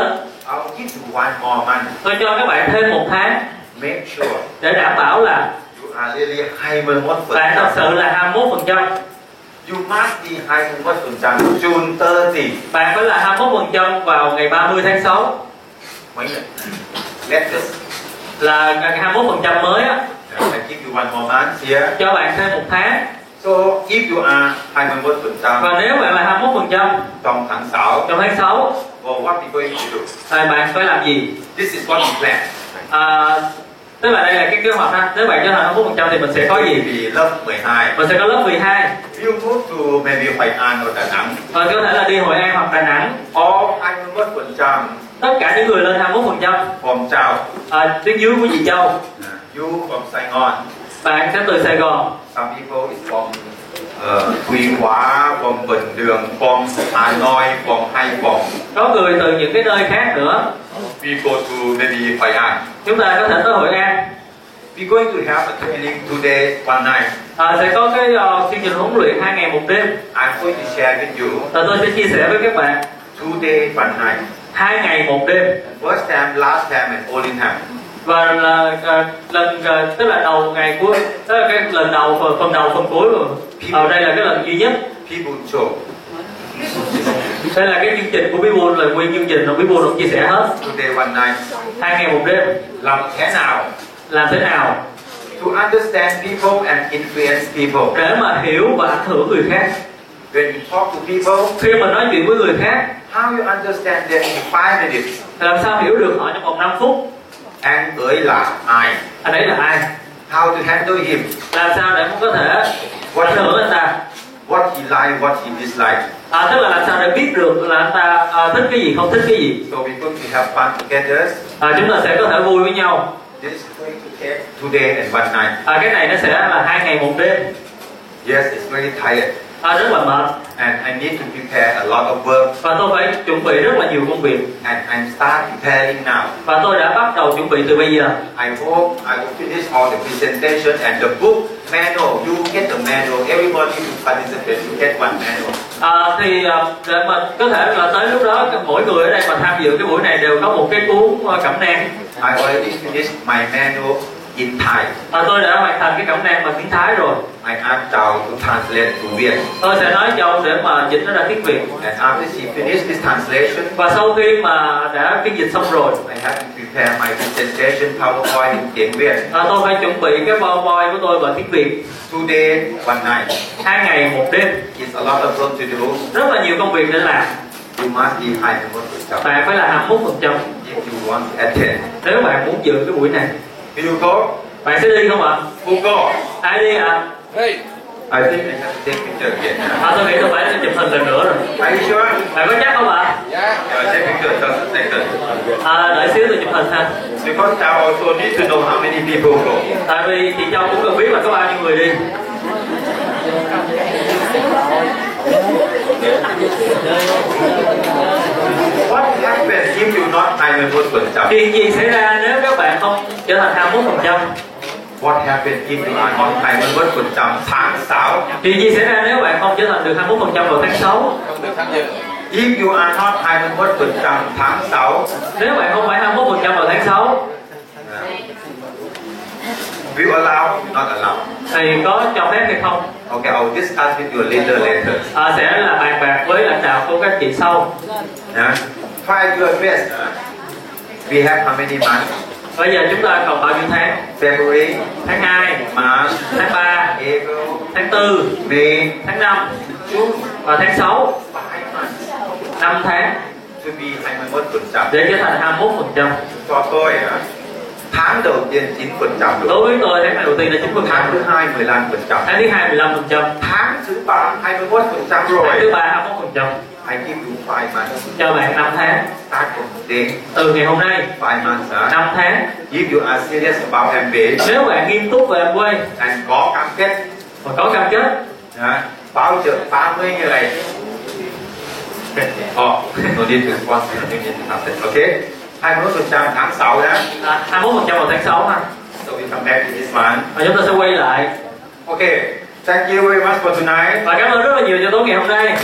I'll give you one more month.
tôi cho các bạn thêm một tháng
Make sure
để đảm bảo là
you are really 21%.
bạn thật sự là 21 phần trăm
You must be 21% June 30.
bạn phải là 21 phần trăm vào ngày 30 tháng 6
Wait. Let us.
là ngày 21 phần trăm mới á
I give you one more month here.
cho bạn thêm một tháng
So if you are 21%
và nếu bạn là 21 phần trăm
trong tháng 6,
trong tháng 6
well, what we going to do?
thì bạn phải làm gì
This is what we plan.
à, tức là đây là cái kế hoạch ha nếu bạn trở thành 21 phần trăm thì mình sẽ có gì
Vì lớp 12.
mình sẽ có lớp 12
You move to maybe Hội An or Đà Nẵng.
và có thể là đi Hội An hoặc Đà Nẵng
All 21%
tất cả những người lên 21 phần trăm
from Chào.
à, tuyến dưới của chị Châu
You from Saigon.
bạn sẽ từ Sài Gòn
Some people is from uh, Quy Hóa, from Bình Đường, from Hà Nội, from Hải Phòng.
có người từ những cái nơi khác nữa
We go to maybe Hội An.
chúng ta có thể tới Hội An
We going to have a training two days, one night.
à, sẽ có cái ờ, chương trình huấn luyện hai ngày một đêm
I'm going to share with you
và tôi sẽ chia sẻ với các bạn
two days, one night.
hai ngày một đêm
First time, last time, and only time.
và là ờ, lần ờ, tức là đầu ngày cuối tức là cái lần đầu phần, phần đầu phần cuối rồi ở đây là cái lần duy nhất
People show.
đây là cái chương trình của Bibu là nguyên chương trình mà Bibu được chia sẻ hết
Today, one night.
hai ngày một đêm
Làm thế nào?
làm thế nào
To understand people and influence people.
để mà hiểu và ảnh hưởng người khác
When you talk to people,
khi mình nói chuyện với người khác
how you understand them in five minutes?
thì làm sao hiểu được họ trong vòng 5 phút
Anh ấy là ai?
anh ấy là ai
How to handle him?
làm sao để mình có thể ảnh hưởng anh ta
What he like, what he dislike.
à, tức là làm sao để biết được là anh ta à, thích cái gì không thích cái gì
So we're going to have fun together.
à, chúng ta sẽ có thể vui với nhau
This is going to take two days and one night.
à, cái này nó sẽ là hai ngày một đêm
Yes, it's very tired.
à, rất là mệt
And I need to prepare a lot of work.
và tôi phải chuẩn bị rất là nhiều công việc
And I'm start preparing now.
và tôi đã bắt đầu chuẩn bị từ bây giờ
I hope I will finish all the presentation and the book manual. You get the manual. Everybody who participates will get one manual.
à, thì à, để mà có thể là tới lúc đó mỗi người ở đây mà tham dự cái buổi này đều có một cái cuốn à, cẩm nang
I already finished my manual in Thai.
à, tôi đã hoàn thành cái cẩm nang bằng tiếng thái rồi
I asked Chao to translate to Viet.
tôi sẽ nói cho ông để mà dịch nó ra tiếng việt
And after she finished this translation,
và sau khi mà đã phiên dịch xong rồi
I have to prepare my presentation PowerPoint in Tiếng Việt.
à, tôi phải chuẩn bị cái powerpoint của tôi bằng tiếng việt
Today, one night.
hai ngày một đêm
It's a lot of work to do.
rất là nhiều công việc để làm
You must be high and work yourself
bạn phải là 21 phần trăm
if you want to attend.
nếu bạn muốn dự cái buổi này
Do you go?
bạn sẽ đi không ạ
Who go?
ai đi ạ
I think I have to take picture again.
à, tôi nghĩ tôi phải chụp hình lần nữa rồi
Are you sure?
bạn có chắc không ạ
Uh, take picture just a second.
à, đợi xíu tôi chụp hình ha
Because I also need to know how many people go.
tại vì chị châu cũng cần biết là có bao nhiêu người đi
What happens if you not hire one person?
chuyện gì xảy ra nếu các bạn không trở thành 21 phần trăm
What happens if you are not hire one person? Tháng sáu.
chuyện gì xảy ra nếu bạn không trở thành được 21 phần trăm vào tháng 6
If you are not hire one person, tháng sáu.
nếu bạn không phải 21 phần trăm vào tháng 6
uh, Will allow, not allow.
thì có cho phép hay không
Okay, I'll discuss with you later later.
à, sẽ là bàn bạc với lãnh đạo của các chị sau
Huh? Try your best. huh? We have how many months?
bây giờ chúng ta còn bao nhiêu tháng
February,
tháng 2
March,
tháng 3
April,
tháng 4
May,
tháng 5
June.
và tháng 6
Five months
5 tháng
to be 21%.
để trở thành 21 phần trăm
Cho tôi, huh? tháng đầu tiên 9% được.
đối với tôi tháng đầu tiên là 9 phần
Tháng thứ
trăm
hai 15%.
tháng thứ hai 15 phần trăm
Tháng thứ ba 21%
tháng thứ
rồi.
ba 21 phần trăm
I give you five months.
cho bạn 5 tháng
Start from today.
từ ngày hôm nay
Five months. Huh?
5 tháng
If you are serious about MBA
nếu bạn nghiêm túc về Amway
and có cam kết
và có cam kết
hả, bao trợ 30 người Ồ, no need to sponsor, no need to nothing, okay? 21% tháng 6 đó
à, 21 phần trăm vào tháng 6 ha
So we come back to this one
và chúng ta sẽ quay lại
Okay, thank you very much for tonight
và cảm ơn rất là nhiều cho tối ngày hôm nay